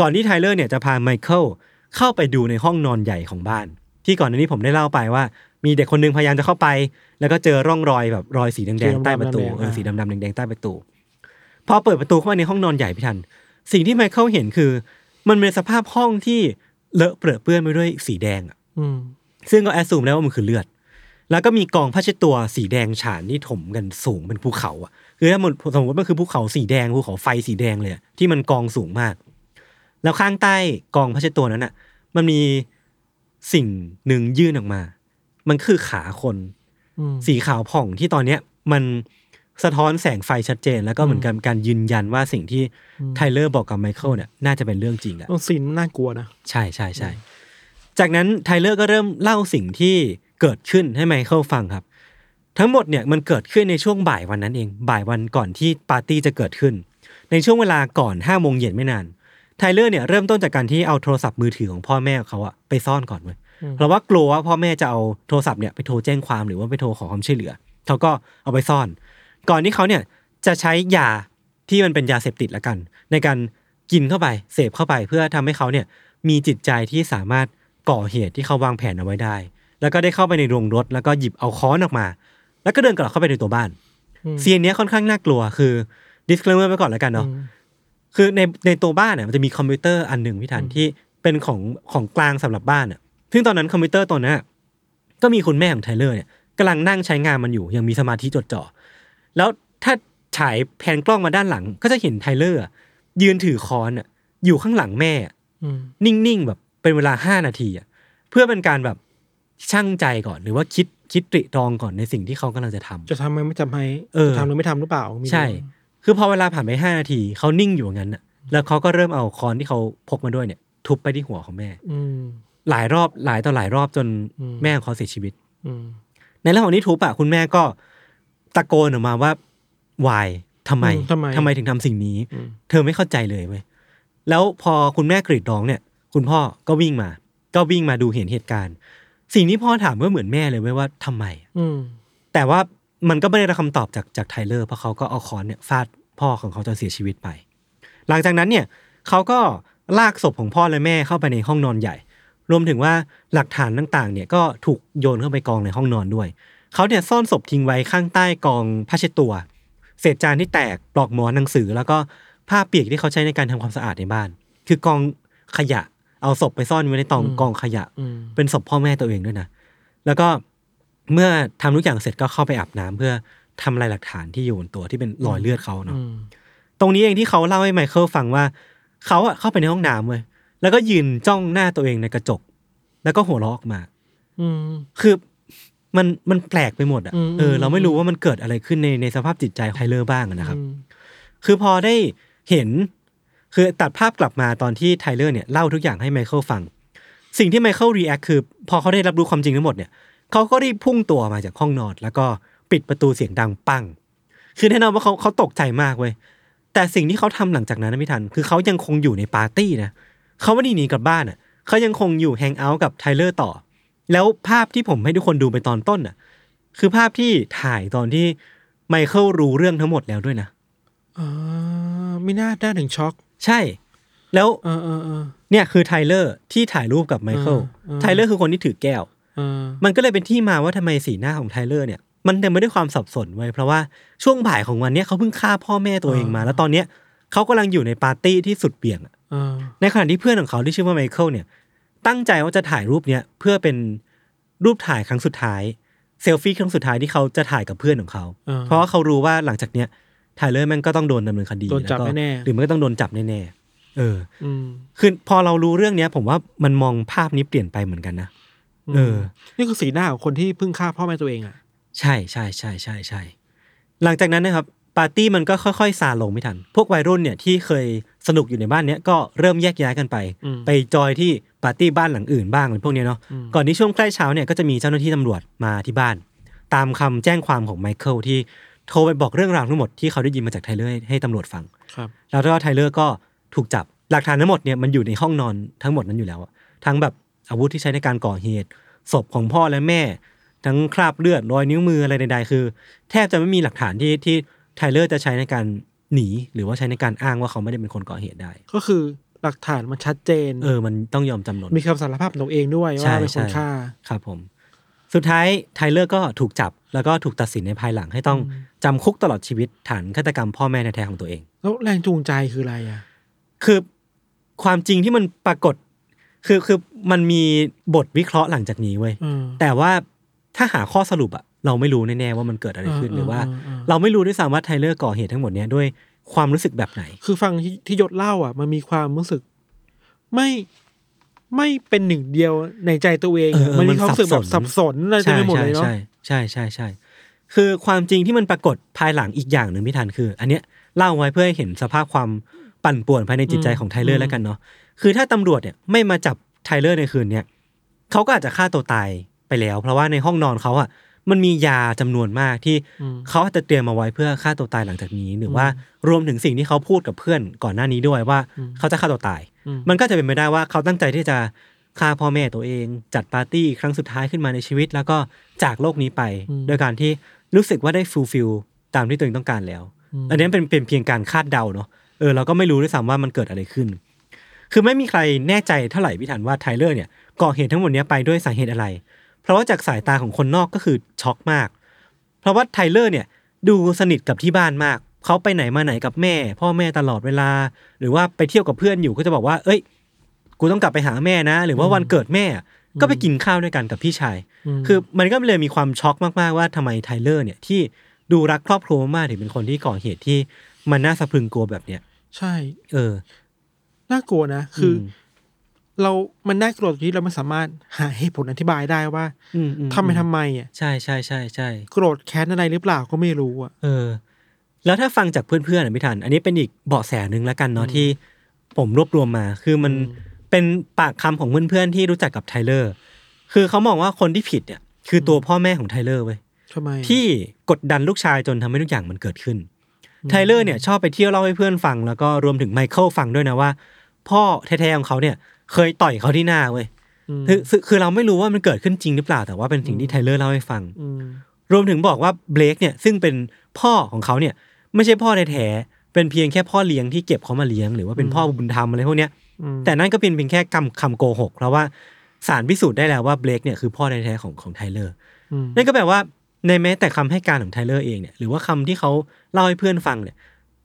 [SPEAKER 2] ก่อนที่ไทเลอร์เนี่ยจะพาไมเคิลเข้าไปดูในห้องนอนใหญ่ของบ้าน ที่ก่อนหน้านี้ผมได้เล่าไปว่า มีเด็กคนหนึงพยายามจะเข้าไป แล้วก็เจอร่องรอยแบบรอยสีแดงๆใต้ประตู
[SPEAKER 3] สีดำๆ
[SPEAKER 2] เออสีดำ
[SPEAKER 3] แดงๆ
[SPEAKER 2] ๆแดงๆใต้ประตูพอเปิดประตูเข้ามาในห้องนอนใหญ่พี่ทัน สิ่งที่ไมเคิลเห็นคือ มันเป็นสภาพห้องที่เลอะเปรอะเปื้อนไปด้วยสีแดงอะ
[SPEAKER 3] ม
[SPEAKER 2] ซึ่งก็แอดซูมได้ว่ามันคือเลือด แล้วก็มีกองผ้าเช็ดตัวสีแดงฉานที่ถมกันสูงเป็นภูเขาอ่ะ คือถ้าหมดสมมติมันคือภูเขาสีแดงภูเขาไฟสีแดงเลยอะที่มันกองสูงมาก แล้วข้างใต้กองผ้าเช็ดตัวนั้นอ่ะ มันมีสิ่งหนึ่งยื่นออกมา มันคือขาคน
[SPEAKER 3] อืม
[SPEAKER 2] สีขาวผ่องที่ตอนเนี้ยมันสะท้อนแสงไฟชัดเจน แล้วก็เหมือนกันการยืนยันว่าสิ่งที่
[SPEAKER 3] อืม
[SPEAKER 2] ไทเลอร์บอกกับไมเคิลเนี่ยน่าจะเป็นเรื่องจริงแหละ
[SPEAKER 3] ต้องซีนน่ากลัวนะ
[SPEAKER 2] ใช่ใช่ใช่จากนั้นไทเลอร์ก็เริ่มเล่าสิ่งที่เกิดขึ้นให้ไมเคิลฟังครับ ทั้งหมดเนี่ยมันเกิดขึ้นในช่วงบ่ายวันนั้นเอง บ่ายวันก่อนที่ปาร์ตี้จะเกิดขึ้น ในช่วงเวลาก่อน5้าโมงเย็นไม่นาน ไทเลอร์เนี่ยเริ่มต้นจากการที่เอาโทรศัพท์มือถือของพ่อแม่ของเขาอะไปซ่อนก่อนเลยเพราะว่ากลัวว่าพ่อแม่จะเอาโทรศัพท์เนี่ยไปโทรแจ้งความหรือว่าไปโทรขอความช่วยเหลือ เขาก็เอาไปซ่อน ก่อนที่เขาเนี่ยจะใช้ยาที่มันเป็นยาเสพติดละกัน ในการกินเข้าไปเสพเข้าไปเพื่อทำให้เขาเนี่ยมีจิตใจที่สามารถก่อเหตุที่เขาวางแผนเอาไว้ได้ แล้วก็ได้เข้าไปในโรงรถ แล้วก็หยิบเอาค้อนออกมา แล้วก็เดินกลับเข้าไปในตัวบ้านเซียนเนี้ยค่อนข้างน่ากลัวคือ disclaimer ไปก่อนแล้วกันเนาะ
[SPEAKER 3] อืม
[SPEAKER 2] คือในในตัวบ้านเนี่ยมันจะมีคอมพิวเตอร์อันหนึ่งพี่ทัน
[SPEAKER 3] อืม
[SPEAKER 2] ที่เป็นของของกลางสำหรับบ้านอ่ะ ซึ่งตอนนั้นคอมพิวเตอร์ตอนนั้นอะก็มีคุณแม่ของไทเลอร์เนี่ยกำลังนั่งใช้งานมันอยู่ยังมีสมาธิจดจ่อแล้วถ้าฉายแผนกล้องมาด้านหลัง ก็จะเห็นไทเลอร์อะยืนถือค้อนอะอยู่ข้างหลังแม่อะ
[SPEAKER 3] อืม
[SPEAKER 2] นิ่งๆแบบเป็นเวลาห้านาทีอะเพื่อเป็นการแบบชั่งใจก่อนหรือว่าคิด คิดตริตรองก่อนในสิ่งที่เขากำลังจะทำ
[SPEAKER 3] จะทำไหมไม่ทำให้
[SPEAKER 2] เออ
[SPEAKER 3] จะทำหรือไม่ทำหรือเปล่าไม่รู้
[SPEAKER 2] ใช่ คือพอเวลาผ่านไปห้านาทีเขานิ่งอยู่อย่างนั้นน่ะ แล้วเขาก็เริ่มเอาค้อนที่เขาพกมาด้วยเนี่ย ทุบไปที่หัวของแม่
[SPEAKER 3] อืม
[SPEAKER 2] หลายรอบหลายต่อหลายรอบจน
[SPEAKER 3] อืม
[SPEAKER 2] แม่ของเขาเสียชีวิต
[SPEAKER 3] อืม
[SPEAKER 2] ในระหว่างที่ทุบอะคุณแม่ก็ตะโกนออกมาว่าวายทำไม
[SPEAKER 3] อืทำไม
[SPEAKER 2] ทำไมถึงทำสิ่งนี้
[SPEAKER 3] อืม
[SPEAKER 2] เธอไม่เข้าใจเลยเว้ย แล้วพอคุณแม่กรีดร้องเนี่ย คุณพ่อก็วิ่งมา ก็วิ่งมาดูเห็นเหตุการณ์ สิ่งที่พ่อถามก็เหมือนแม่เลยเว้ยว่าทำไม
[SPEAKER 3] อืม
[SPEAKER 2] แต่ว่ามันก็ไม่ได้รับคำตอบจากจากไทเลอร์เพราะเขาก็เอาค้อนเนี่ยฟาดพ่อของเขาจนเสียชีวิตไป หลังจากนั้นเนี่ยเขาก็ลากศพของพ่อและแม่เข้าไปในห้องนอนใหญ่ รวมถึงว่าหลักฐานต่างๆเนี่ยก็ถูกโยนเข้าไปกองในห้องนอนด้วย เขาเนี่ยซ่อนศพทิ้งไว้ข้างใต้กองผ้าเช็ดตัว เศษจานที่แตกปลอกหมอนหนังสือ แล้วก็ผ้าเปียกที่เขาใช้ในการทำความสะอาดในบ้าน คือกองขยะเอาศพไปซ่อนไว้ในตองกองขยะ
[SPEAKER 3] อืม
[SPEAKER 2] เป็นศพพ่อแม่ตัวเองด้วยนะ แล้วก็เมื่อทำทุกอย่างเสร็จก็เข้าไปอาบน้ำเพื่อทำลายหลักฐานที่อยู่บนตัวที่เป็นรอยเลือดเขาเนาะ
[SPEAKER 3] อืม
[SPEAKER 2] ตรงนี้เองที่เขาเล่าให้ไมเคิลฟังว่า เขาอะเข้าไปในห้องน้ำเว้ย แล้วก็ยืนจ้องหน้าตัวเองในกระจก แล้วก็หัวเราะออกมา
[SPEAKER 3] อืม
[SPEAKER 2] คือมันมันแปลกไปหมดอะ
[SPEAKER 3] อืม
[SPEAKER 2] เออ เราไม่รู้ว่ามันเกิดอะไรขึ้นในในสภาพจิตใจของไทเลอร์บ้างอะนะครับ
[SPEAKER 3] อืม
[SPEAKER 2] คือพอได้เห็นคือตัดภาพกลับมาตอนที่ไทเลอร์เนี่ยเล่าทุกอย่างให้ไมเคิลฟัง สิ่งที่ไมเคิลรีแอคคือ พอเขาได้รับรู้ความจริงทั้งหมดเนี่ยเขาก็รีบพุ่งตัวมาจากห้องนอน แล้วก็ปิดประตูเสียงดังปัง คือแน่นอนว่าเขาเขาตกใจมากเว้ยแต่สิ่งที่เขาทำหลังจากนั้นนะพี่ทัน คือเขายังคงอยู่ในปาร์ตี้นะเขาไม่ได้หนีกลับบ้านอ่ะเขายังคงอยู่แฮงเอาท์กับไทเลอร์ต่อ แล้วภาพที่ผมให้ทุกคนดูไปตอนต้นอ่ะคือภาพที่ถ่ายตอนที่ไมเคิลรู้เรื่องทั้งหมดแล้วด้วยนะ
[SPEAKER 3] อ่าไม่น่าได้ถึงช็อก
[SPEAKER 2] ใช่ แล้ว
[SPEAKER 3] เออเออเออ
[SPEAKER 2] เนี่ยคือไทเลอร์ที่ถ่ายรูปกับไมเคิล
[SPEAKER 3] อืม
[SPEAKER 2] ไทเลอร์คือคนที่ถือแก้ว
[SPEAKER 3] เออ
[SPEAKER 2] มันก็เลยเป็นที่มาว่าทำไมสีหน้าของไทเลอร์เนี่ย มันเต็มไปด้วยความสับสนไว้ยเพราะว่าช่วงบ่ายของวันเนี้ยเขาเพิ่งฆ่าพ่อแม่ตัวเองมา แล้วตอนเนี้ยเขากำลังอยู่ในปาร์ตี้ที่สุดเบี่ยงอะ
[SPEAKER 3] เออ
[SPEAKER 2] ในขณะที่เพื่อนของเขาที่ชื่อว่าไมเคิลเนี่ย ตั้งใจว่าจะถ่ายรูปเนี้ยเพื่อเป็นรูปถ่ายครั้งสุดท้าย เซลฟี่ครั้งสุดท้ายที่เขาจะถ่ายกับเพื่อนของเขา
[SPEAKER 3] เออ
[SPEAKER 2] เพราะว่าเขารู้ว่าหลังจากเนี้ยไทเลอร์แม่งก็ต้องโดนดำเนินคดี
[SPEAKER 3] โดนจับ
[SPEAKER 2] ล้วก็
[SPEAKER 3] แน่ๆ
[SPEAKER 2] หรือไม่ก็ต้องโดนจับแน่ๆเออ
[SPEAKER 3] อืม
[SPEAKER 2] คือพอเรารู้เรื่องเนี้ย ผมว่ามันมองภาพนี้เปลี่ยนไปเหมือนกันนะ เออ
[SPEAKER 3] นี่คือสีหน้าของคนที่เพิ่งฆ่าพ่อแม่ตัวเองอ่ะ
[SPEAKER 2] ใช่ใช่ใช่ใช่ใช่หลังจากนั้นนะครับ ปาร์ตี้มันก็ค่อยๆซาลงไม่ทัน พวกวัยรุ่นเนี่ยที่เคยสนุกอยู่ในบ้านเนี้ยก็เริ่มแยกย้ายกันไป
[SPEAKER 3] อืม
[SPEAKER 2] ไปจอยที่ปาร์ตี้บ้านหลังอื่นบ้างอะไรพวกเนี้ยเนาะ
[SPEAKER 3] อืม
[SPEAKER 2] ก่อนที่ช่วงใกล้เช้าเนี่ยก็จะมีเจ้าหน้าที่ตำรวจมาที่บ้าน ตามคำแจ้งความของไมเคิลที่โทรไปบอกเรื่องราวทั้งหมดที่เขาได้ยินมาจากไทเลอร์ให้ให้ตำรวจฟัง
[SPEAKER 3] ครับ
[SPEAKER 2] แล้วก็ไทเลอร์ก็ถูกจับหลักฐานทั้งหมดเนี่ยมันอยู่ในห้องนอนทั้งหมดนั้นอยู่แล้วอะทั้งแบบอาวุธที่ใช้ในการก่อเหตุ ศพของพ่อและแม่ ทั้งคราบเลือดรอยนิ้วมืออะไรใดๆคือ แทบจะไม่มีหลักฐานที่ที่ไทเลอร์จะใช้ในการหนี หรือว่าใช้ในการอ้างว่าเขาไม่ได้เป็นคนก่อเหตุได้
[SPEAKER 3] ก็คือหลักฐานมันชัดเจน
[SPEAKER 2] เออ มันต้องยอมจำนน
[SPEAKER 3] มีคำสารภาพของตัวเองด้วย
[SPEAKER 2] ใช่
[SPEAKER 3] ว่าเป็นคน
[SPEAKER 2] ใช่
[SPEAKER 3] ฆ่า
[SPEAKER 2] ครับผม สุดท้ายไทเลอร์ก็ถูกจับแล้วก็ถูกตัดสินในภายหลังให้ต้องจำคุกตลอดชีวิตฐานฆาตกรรมพ่อแม่แท้ๆของตัวเอง
[SPEAKER 3] แล้วแรงจูงใจคืออะไรอ่ะ
[SPEAKER 2] คือความจริงที่มันปรากฏ คือคือมันมีบทวิเคราะห์หลังจากนี้เว้ย
[SPEAKER 3] อืม
[SPEAKER 2] แต่ว่าถ้าหาข้อสรุปอะเราไม่รู้แน่ๆว่ามันเกิดอะไรขึ้น
[SPEAKER 3] อ่า
[SPEAKER 2] หรือว่า
[SPEAKER 3] อ่าอ่า
[SPEAKER 2] เราไม่รู้ด้วยซ้ำว่าไทเลอร์ก่อเหตุทั้งหมดเนี้ยด้วยความรู้สึกแบบไหน
[SPEAKER 3] คือฟังที่ที่ยศเล่าอ่ะ มันมีความรู้สึก ไม่ไม่เป็นหนึ่งเดียวในใจตัวเอง
[SPEAKER 2] เออ
[SPEAKER 3] อะ
[SPEAKER 2] เออ
[SPEAKER 3] มันมีความ
[SPEAKER 2] มัน
[SPEAKER 3] รู้สึกแบบ
[SPEAKER 2] สั
[SPEAKER 3] สั
[SPEAKER 2] บบ ส
[SPEAKER 3] ส
[SPEAKER 2] น
[SPEAKER 3] นอะไรเต็มไปหมดเลยเนาะ
[SPEAKER 2] ใช่ใช่ใช่ใช่ใช่คือความจริงที่มันปรากฏภายหลังอีกอย่างหนึ่งพี่ทันคือ อันเนี้ยเล่าไว้เพื่อให้เห็นสภาพความปั่นป่วนภายในจิตใจของไทเลอร์แล้วกันเนาะคือถ้าตำรวจเนี่ยไม่มาจับไทเลอร์ในคืนเนี้ยเขาก็อาจจะฆ่าตัวตายไปแล้ว เพราะว่าในห้องนอนเขาอะมันมียาจำนวนมากที่เขาอาจจะเตรียมมาไว้เพื่อฆ่าตัวตายหลังจากนี้ หรือว่ารวมถึงสิ่งที่เขาพูดกับเพื่อนก่อนหน้านี้ด้วยว่าเขาจะฆ่าตัวตาย
[SPEAKER 3] อืม
[SPEAKER 2] มันก็จะเป็นไปได้ว่าเขาตั้งใจที่จะฆ่าพ่อแม่ตัวเอง จัดปาร์ตี้ครั้งสุดท้ายขึ้นมาในชีวิต แล้วก็จากโลกนี้ไป โดยการที่รู้สึกว่าได้ฟูลฟิลตามที่ตัวเองต้องการแล้ว อันนี้เป็นเป็นเพียงการคาดเดาเนาะเออเราก็ไม่รู้ด้วยซ้ำว่ามันเกิดอะไรขึ้น คือไม่มีใครแน่ใจเท่าไหร่พี่ถันว่าไทเลอร์เนี่ยก่อเหตุทั้งหมดเนี้ยไปด้วยสาเหตุอะไร เพราะว่าจากสายตาของคนนอกก็คือช็อกมาก เพราะว่าไทเลอร์เนี่ยดูสนิทกับที่บ้านมาก เขาไปไหนมาไหนกับแม่ พ่อแม่ตลอดเวลา หรือว่าไปเที่ยวกับเพื่อนอยู่ก็จะบอกว่า เอ้ย กูต้องกลับไปหาแม่นะ หรือว่าวันเกิดแม่อะก็ไปกินข้าวด้วยกันกับพี่ชาย
[SPEAKER 3] ม
[SPEAKER 2] คือมันก็เลยมีความช็อกมากๆว่าทำไมไทเลอร์เนี่ยที่ดูรักครอบครัวมากๆถึงเป็นคนที่ก่อเหตุที่มันน่าสะพรึงกลัวแบบเนี้ย
[SPEAKER 3] ใช่
[SPEAKER 2] เออ
[SPEAKER 3] น่ากลัวนะคืออ
[SPEAKER 2] ม
[SPEAKER 3] เรามันน่ากลัวตรงที่เราไม่สามารถหาเหตุผลอธิบายได้ว่า
[SPEAKER 2] อืมอืม
[SPEAKER 3] ทำไมทำไมอ่ะ
[SPEAKER 2] ใช่ใช่ใช่ใช่
[SPEAKER 3] โกรธแค้นอะไรหรือเปล่าก็ไม่รู้อ่ะ
[SPEAKER 2] เออ แล้วถ้าฟังจากเพื่อนๆอ่ะพี่ทัน อันนี้เป็นอีกเบาะแสหนึ่งแล้วกันเนาะที่ผมรวบรวมมา คือมันเป็นปากคำของเพื่อนๆที่รู้จักกับไทเลอร์ คือเขามองว่าคนที่ผิดเนี่ยคือตัวพ่อแม่ของไทเลอร์เว้ย
[SPEAKER 3] ทำไมอะ
[SPEAKER 2] ที่กดดันลูกชายจนทำให้ทุกอย่างมันเกิดขึ้น ไทเลอร์เนี่ยชอบไปเที่ยวเล่าให้เพื่อนฟัง แล้วก็รวมถึงไมเคิลฟังด้วยนะว่า พ่อแท้ๆของเขาเนี่ยเคยต่อยเขาที่หน้าเว้ย
[SPEAKER 3] อืม
[SPEAKER 2] คือคือคือเราไม่รู้ว่ามันเกิดขึ้นจริงหรือเปล่า แต่ว่าเป็นสิ่งที่ไทเลอร์เล่าให้ฟัง
[SPEAKER 3] ม
[SPEAKER 2] รวมถึงบอกว่าเบลกเนี่ยซึ่งเป็นพ่อของเขาเนี่ยไม่ใช่พ่อแท้ๆเป็นเพียงแค่พ่อเลี้ยงที่เก็บเขามาเลี้ยงหรือว่าเป็นพ่อบุญธรรมอะไรพวกเนี้ย
[SPEAKER 3] อืม
[SPEAKER 2] แต่นั่นก็เป็นเพียงแค่คำคำโกหกเพราะว่าสารพิสูจน์ได้แล้วว่าเบลกเนี่ยคือพ่อแท้ๆของของไทเลอร์
[SPEAKER 3] อืม
[SPEAKER 2] นั่นก็แปลว่าในแม้แต่คำให้การของไทเลอร์เองเนี่ยหรือว่าคำที่เขาเล่าให้เพื่อนฟังเนี่ย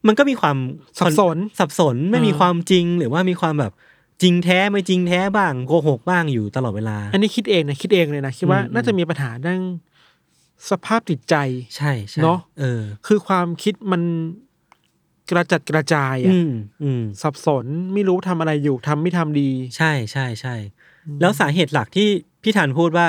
[SPEAKER 2] มันก็มีความ
[SPEAKER 3] สับสน
[SPEAKER 2] สับสนไม่มี
[SPEAKER 3] อ่า
[SPEAKER 2] ความจริงหรือว่ามีความแบบจริงแท้ไม่จริงแท้บ้างโกหกบ้างอยู่ตลอดเวลา
[SPEAKER 3] อันนี้คิดเองนะคิดเองเลยนะคิดว่า
[SPEAKER 2] อืม
[SPEAKER 3] น่าจะมีปัญหาเรื่องสภาพจิตใจ
[SPEAKER 2] ใช่ใช่
[SPEAKER 3] เนอะ
[SPEAKER 2] เออ
[SPEAKER 3] คือความคิดมันกระจัดกระจายอะ
[SPEAKER 2] อืมอืม
[SPEAKER 3] สับสนไม่รู้ทำอะไรอยู่ทำไม่ทำดี
[SPEAKER 2] ใช่ใช่ใช่แล้วสาเหตุหลักที่พี่ธันพูดว่า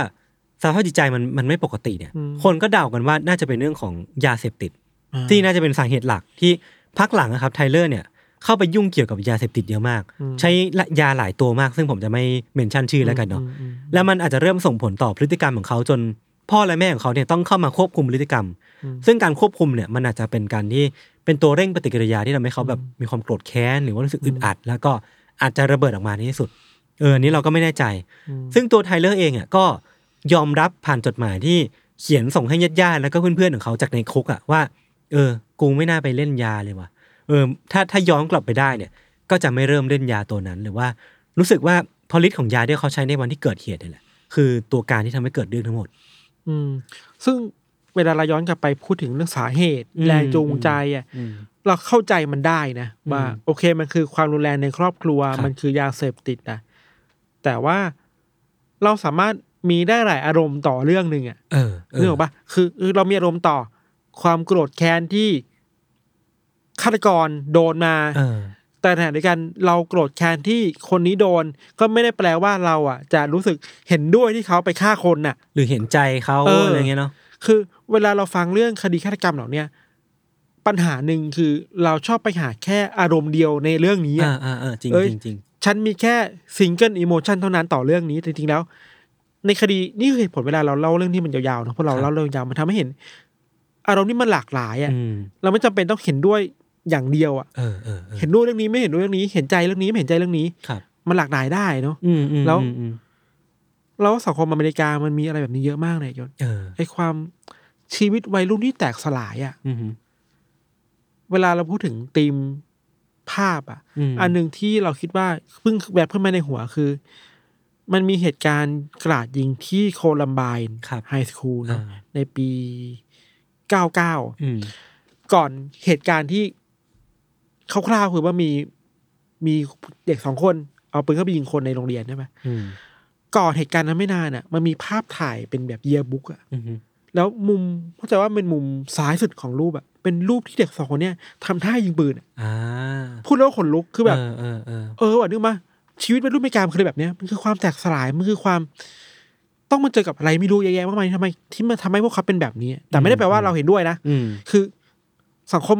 [SPEAKER 2] สภาพจิตใจมันมันไม่ปกติเนี่ย
[SPEAKER 3] อืม
[SPEAKER 2] คนก็เดากันว่าน่าจะเป็นเรื่องของยาเสพติด
[SPEAKER 3] อ่า
[SPEAKER 2] ที่น่าจะเป็นสาเหตุหลักที่พักหลังนะครับไทเลอร์เนี่ยเข้าไปยุ่งเกี่ยวกับยาเสพติดเยอะมาก
[SPEAKER 3] อืม
[SPEAKER 2] ใช้ยาหลายตัวมาก ซึ่งผมจะไม่เมนชั่นชื่อแล้วกันเนาะ
[SPEAKER 3] มอืม
[SPEAKER 2] แล้วมันอาจจะเริ่มส่งผลต่อพฤติกรรมของเขาจน พ่อและแม่ของเขาเนี่ยต้องเข้ามาควบคุมพฤติกรรม ซึ่งการควบคุมเนี่ยมันอาจจะเป็นการที่เป็นตัวเร่งปฏิกิริยาที่ทำให้เขาแบบมีความโกรธแค้นหรือว่ารู้สึกอึดอัด แล้วก็อาจจะระเบิดออกมาในที่สุดเอออันนี้เราก็ไม่แน่ใจ
[SPEAKER 3] อืม
[SPEAKER 2] ซึ่งตัวไทเลอร์เองอ่ะก็ยอมรับผ่านจดหมายที่เขียนส่งให้ญาติญาติๆแล้วก็เพื่อนๆของเขาจากในคุกอ่ะว่า เออ กูไม่น่าไปเล่นยาเลยว่ะเออ ถ้าถ้าย้อนกลับไปได้เนี่ย ก็จะไม่เริ่มเล่นยาตัวนั้น หรือว่ารู้สึกว่าพอฤทธิ์ของยาที่เขาใช้ในวันที่เกิดเหตุนี่แหละคือตัวการที่ทำให้เกิดเรื่องทั้งหมด
[SPEAKER 3] อืมซึ่งเวลาเราย้อนกลับไปพูดถึงเรื่องสาเหตุ
[SPEAKER 2] อืม
[SPEAKER 3] แรงจูงใจอ่ะเราเข้าใจมันได้นะว่าโอเคมันคือความรุนแรงในครอบครัว มันคือยาเสพติดนะแต่ว่าเราสามารถมีได้หลายอารมณ์ต่อเรื่องหนึ่งอ่ะ
[SPEAKER 2] เออเอ
[SPEAKER 3] นึก
[SPEAKER 2] อ
[SPEAKER 3] ออกปะคือคือเรามีอารมณ์ต่อความโกรธแค้นที่ฆาตกรโดนมา
[SPEAKER 2] เออ
[SPEAKER 3] แต่ในขณะเดียวกันเราโกรธแค้นที่คนนี้โดน ก็ไม่ได้แปลว่าเราอ่ะ จะรู้สึกเห็นด้วยที่เขาไปฆ่าคนน่ะ
[SPEAKER 2] หรือเห็นใจเขา
[SPEAKER 3] เอออ
[SPEAKER 2] อะไรเงี้ยเนาะ
[SPEAKER 3] คือเวลาเราฟังเรื่องคดีฆาตกรรมเหล่าเนี้ยปัญหาหนึ่งคือเราชอบไปหาแค่อารมณ์เดียวในเรื่องนี้อะ
[SPEAKER 2] อ่าอ่าอ่าจริง
[SPEAKER 3] เอ้ย
[SPEAKER 2] จริงจริง
[SPEAKER 3] ฉันมีแค่ซิงเกิลอิโมชันเท่านั้นต่อเรื่องนี้ จริง ๆ แล้ว ในคดีนี่คือเหตุผลเวลาเราเล่าเรื่องที่มันยาวๆเนอะเพราะเราเล่าเรื่องยาวมันทำให้เห็น อารมณ์ที่มันหลากหลายอ่ะ
[SPEAKER 2] อืม
[SPEAKER 3] เราไม่จำเป็นต้องเห็นด้วยอย่างเดียวอ่ะ
[SPEAKER 2] เออเออเออ
[SPEAKER 3] เห็นด้วยเรื่องนี้ไม่เห็นด้วยเรื่องนี้ เห็นใจเรื่องนี้ไม่เห็นใจเรื่องนี้
[SPEAKER 2] ครับ
[SPEAKER 3] มันหลากหลายได้เนาะ
[SPEAKER 2] อืมอืม
[SPEAKER 3] แล้ว
[SPEAKER 2] อืมอืม
[SPEAKER 3] แล้วสังคมอเมริกามันมีอะไรแบบนี้เยอะมากเลยยศ
[SPEAKER 2] เออ
[SPEAKER 3] ไอความชีวิตวัยรุ่นที่แตกสลายอ่ะ
[SPEAKER 2] อืมอืม
[SPEAKER 3] เวลาเราพูดถึงธีมภาพอ่ะ
[SPEAKER 2] อืม
[SPEAKER 3] อันหนึ่งที่เราคิดว่าเพิ่งแบบขึ้นมาในหัวคือ มันมีเหตุการณ์กราดยิงที่โคลัมไบน์
[SPEAKER 2] ครับ
[SPEAKER 3] ไฮสคูล
[SPEAKER 2] อ่า
[SPEAKER 3] เนาะในปี 99
[SPEAKER 2] อืม
[SPEAKER 3] ก่อนเหตุการณ์ที่คร่าวๆคือว่ามีมีเด็กสองคน เอาปืนเข้าไปยิงคนในโรงเรียนใช่ไหม
[SPEAKER 2] อืม
[SPEAKER 3] ก่อนเหตุการณ์นั้นไม่นานอ่ะ มันมีภาพถ่ายเป็นแบบเยียบุ๊กอ่ะ
[SPEAKER 2] อืม
[SPEAKER 3] แล้วมุมเข้าใจว่าเป็นมุมซ้ายสุดของรูปอ่ะเป็นรูปที่เด็กสองคนเนี้ยทำท่ายิงปืนอะ
[SPEAKER 2] อ่า
[SPEAKER 3] พูดแล้วขนลุกคือแบบ
[SPEAKER 2] เออเออเออ
[SPEAKER 3] เออว่ะนึกมาชีวิตเป็นรูปไม่กามคือแบบเนี้ยมันคือความแตกสลายมันคือความ ต้องมาเจอกับอะไรไม่รู้เยอะแยะมากมายทำไมที่มันทำให้พวกเขาเป็นแบบนี้อะแต่ไม่ได้แปลว่าเราเห็นด้วยนะ
[SPEAKER 2] อืม
[SPEAKER 3] คือสังคม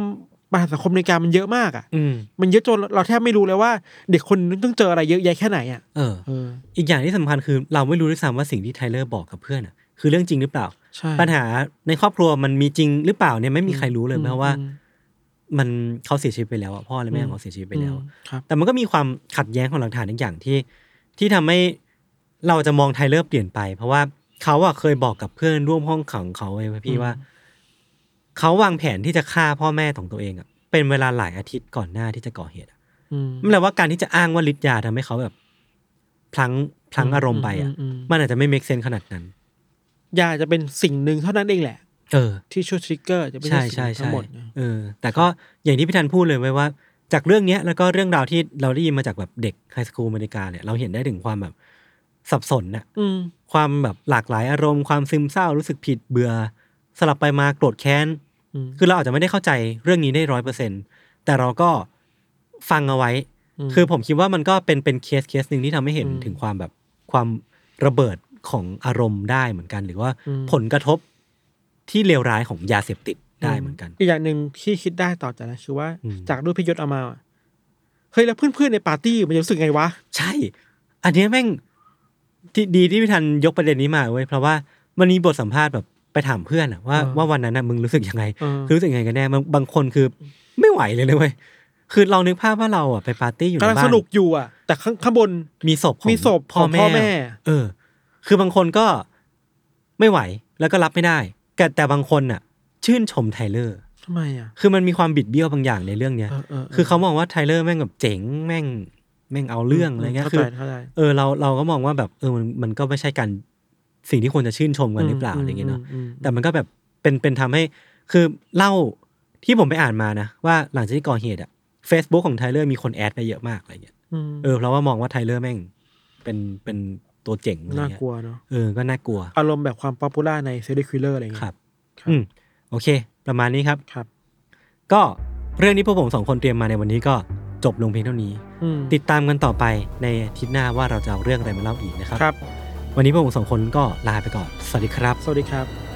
[SPEAKER 3] ปัญหาสังคมในการมันเยอะมากอ่ะ
[SPEAKER 2] อืม
[SPEAKER 3] มันเยอะจนเราแทบไม่รู้เลยว่า เด็กคนนึงต้องเจออะไรเยอะแยะแค่ไหนอ่ะ
[SPEAKER 2] เออ
[SPEAKER 3] เออ
[SPEAKER 2] อีกอย่างที่สำคัญคือเราไม่รู้ด้วยซ้ำว่าสิ่งที่ไทเลอร์บอกกับเพื่อนอ่ะ คือเรื่องจริงหรือเปล่า
[SPEAKER 3] ใช่
[SPEAKER 2] ปัญหาในครอบครัวมันมีจริงหรือเปล่าเนี่ยไม่มีใครรู้เลย
[SPEAKER 3] อื
[SPEAKER 2] นะว่า
[SPEAKER 3] อืม
[SPEAKER 2] มันเขาเสียชีวิตไปแล้วอะพ่อและแม่ของเขาเสียชีวิตไปแล้ว
[SPEAKER 3] อืมครับ
[SPEAKER 2] แต่มันก็มีความขัดแย้งของหลักฐานอีกอย่างที่ ที่ทำให้เราจะมองไทเลอร์เปลี่ยนไป เพราะว่าเขาอะเคยบอกกับเพื่อนร่วมห้องขังเขาไว้ว่าพี่
[SPEAKER 3] อืม
[SPEAKER 2] ว่า เขาวางแผนที่จะฆ่าพ่อแม่ของตัวเองอะเป็นเวลาหลายอาทิตย์ก่อนหน้าที่จะก่อเหตุอะ
[SPEAKER 3] อืม
[SPEAKER 2] ไม่แปลว่าการที่จะอ้างว่าฤทธิ์ยาทำให้เขาแบบ พลังพลังอารมณ์ไปอ่ะ
[SPEAKER 3] อืมอืมอืม
[SPEAKER 2] มันอาจจะไม่เมคเซนขนาดนั้น
[SPEAKER 3] ยาจะเป็นสิ่งหนึ่งเท่านั้นเองแหละ
[SPEAKER 2] เออ
[SPEAKER 3] ที่ช่วยทริกเกอร์จะไม่
[SPEAKER 2] ใช่
[SPEAKER 3] ใช่สิ่
[SPEAKER 2] ใช่
[SPEAKER 3] งทั้
[SPEAKER 2] ใช่
[SPEAKER 3] งหมดนะ
[SPEAKER 2] เออ แต่ก็อย่างที่พี่ธันพูดเลยไว้ว่า จากเรื่องเนี้ยแล้วก็เรื่องราวที่เราได้ยินมาจากแบบเด็กไฮสคูลอเมริกาเนี่ยเราเห็นได้ถึงความแบบสับสนน่ะ
[SPEAKER 3] อืม
[SPEAKER 2] ความแบบหลากหลายอารมณ์ความซึมเศร้ารู้สึกผิดเบื่อ สลับไปมาโกรธแค้น
[SPEAKER 3] อืม
[SPEAKER 2] คือเราอาจจะไม่ได้เข้าใจเรื่องนี้ได้ร้อยเปอร์เซ็นแต่เราก็ฟังเอาไว้
[SPEAKER 3] อืม
[SPEAKER 2] คือผมคิดว่ามันก็เป็นเป็นเคสเคสหนึ่งที่ทำให้เห็น
[SPEAKER 3] อืม
[SPEAKER 2] ถึงความแบบความระเบิดของอารมณ์ได้เหมือนกัน หรือว่า
[SPEAKER 3] อืม
[SPEAKER 2] ผลกระทบที่เลวร้ายของยาเสพติดได้เหมือนกัน
[SPEAKER 3] อีกอย่างหนึ่งที่คิดได้ต่อจากนั้นคือว่า
[SPEAKER 2] อืม
[SPEAKER 3] จากรูปพิยศเอามาอะเฮ้ยแล้วเพื่อนๆในปาร์ตี้มันจะรู้สึกไงวะ
[SPEAKER 2] ใช่ อันเนี้ยแม่งที่ดีที่พี่ทันยกประเด็นนี้มาเว้ยเพราะว่ามันมีบทสัมภาษณ์แบบไปถามเพื่อนอะว่า
[SPEAKER 3] อ่า
[SPEAKER 2] ว่าวันนั้นอะมึงรู้สึกยังไง
[SPEAKER 3] เออ
[SPEAKER 2] คือรู้สึกยังไงกันแน่บางบางคนคือไม่ไหวเลยนะเว้ยคือเรานึกภาพว่าเราอะไปปาร์ตี้อยู่ใน
[SPEAKER 3] กำลัง
[SPEAKER 2] บ้า
[SPEAKER 3] ส
[SPEAKER 2] น
[SPEAKER 3] นุกอยู่อ่ะ แต่ข้างข้างบน
[SPEAKER 2] มีศพของ
[SPEAKER 3] มีศพ
[SPEAKER 2] พ่อ
[SPEAKER 3] ของ
[SPEAKER 2] แม่
[SPEAKER 3] พ่อแม่
[SPEAKER 2] เออ คือบางคนก็ไม่ไหวแล้วก็รับไม่ได้แต่แต่บางคนอะชื่นชมไทเลอร์
[SPEAKER 3] ทำไมอ่ะ
[SPEAKER 2] คือมันมีความบิดเบี้ยวบางอย่างในเรื่องเนี้ย
[SPEAKER 3] เออเออ
[SPEAKER 2] คือเขามองว่าไทเลอร์แม่งแบบเจ๋งแม่งแม่งเอาเรื่องอะไรเงี้ย
[SPEAKER 3] เข้า
[SPEAKER 2] คื
[SPEAKER 3] ใจ
[SPEAKER 2] อ
[SPEAKER 3] เข้าใจ
[SPEAKER 2] เออเราเราก็มองว่าแบบเออมันมันก็ไม่ใช่การสิ่งที่ควรจะชื่นชมกันหรือเปล่าอะไรอย่างเงี้ยเนาะ
[SPEAKER 3] อืมอืมอืม
[SPEAKER 2] แต่มันก็แบบเป็นเป็นทำให้คือเล่าที่ผมไปอ่านมานะ ว่าหลังจากที่ก่อเหตุอะ Facebook ของไทเลอร์มีคนแอดไปเยอะมากอะไรเงี้ย
[SPEAKER 3] อืม
[SPEAKER 2] เออเพราะว่ามองว่าไทเลอร์แม่งเป็นเป็นตัวเจ๋งอะไร
[SPEAKER 3] น่า
[SPEAKER 2] เงี้ย
[SPEAKER 3] กลัวเนาะ
[SPEAKER 2] เออก็น่ากลัว
[SPEAKER 3] อารมณ์แบบความป๊อปปูล่าในเซรีคิลเลอร์อะไรอย่า
[SPEAKER 2] ค
[SPEAKER 3] งเงี้
[SPEAKER 2] รั
[SPEAKER 3] ย
[SPEAKER 2] บ
[SPEAKER 3] ครับ
[SPEAKER 2] อืมโอเค ประมาณนี้ครับ
[SPEAKER 3] ครับ
[SPEAKER 2] ก็เรื่องที่พวกผมสองคนเตรียมมาในวันนี้ก็จบลงเพียงเท่านี้
[SPEAKER 3] อืม
[SPEAKER 2] ติดตามกันต่อไปในอาทิศหน้าว่าเราจะเอาเรื่องอะไรมาเล่าอีกนะครับ
[SPEAKER 3] ครับ
[SPEAKER 2] วันนี้พวกผมสองคนก็ลาไปก่อน สวัสดีครับ
[SPEAKER 3] สวัสดีครับ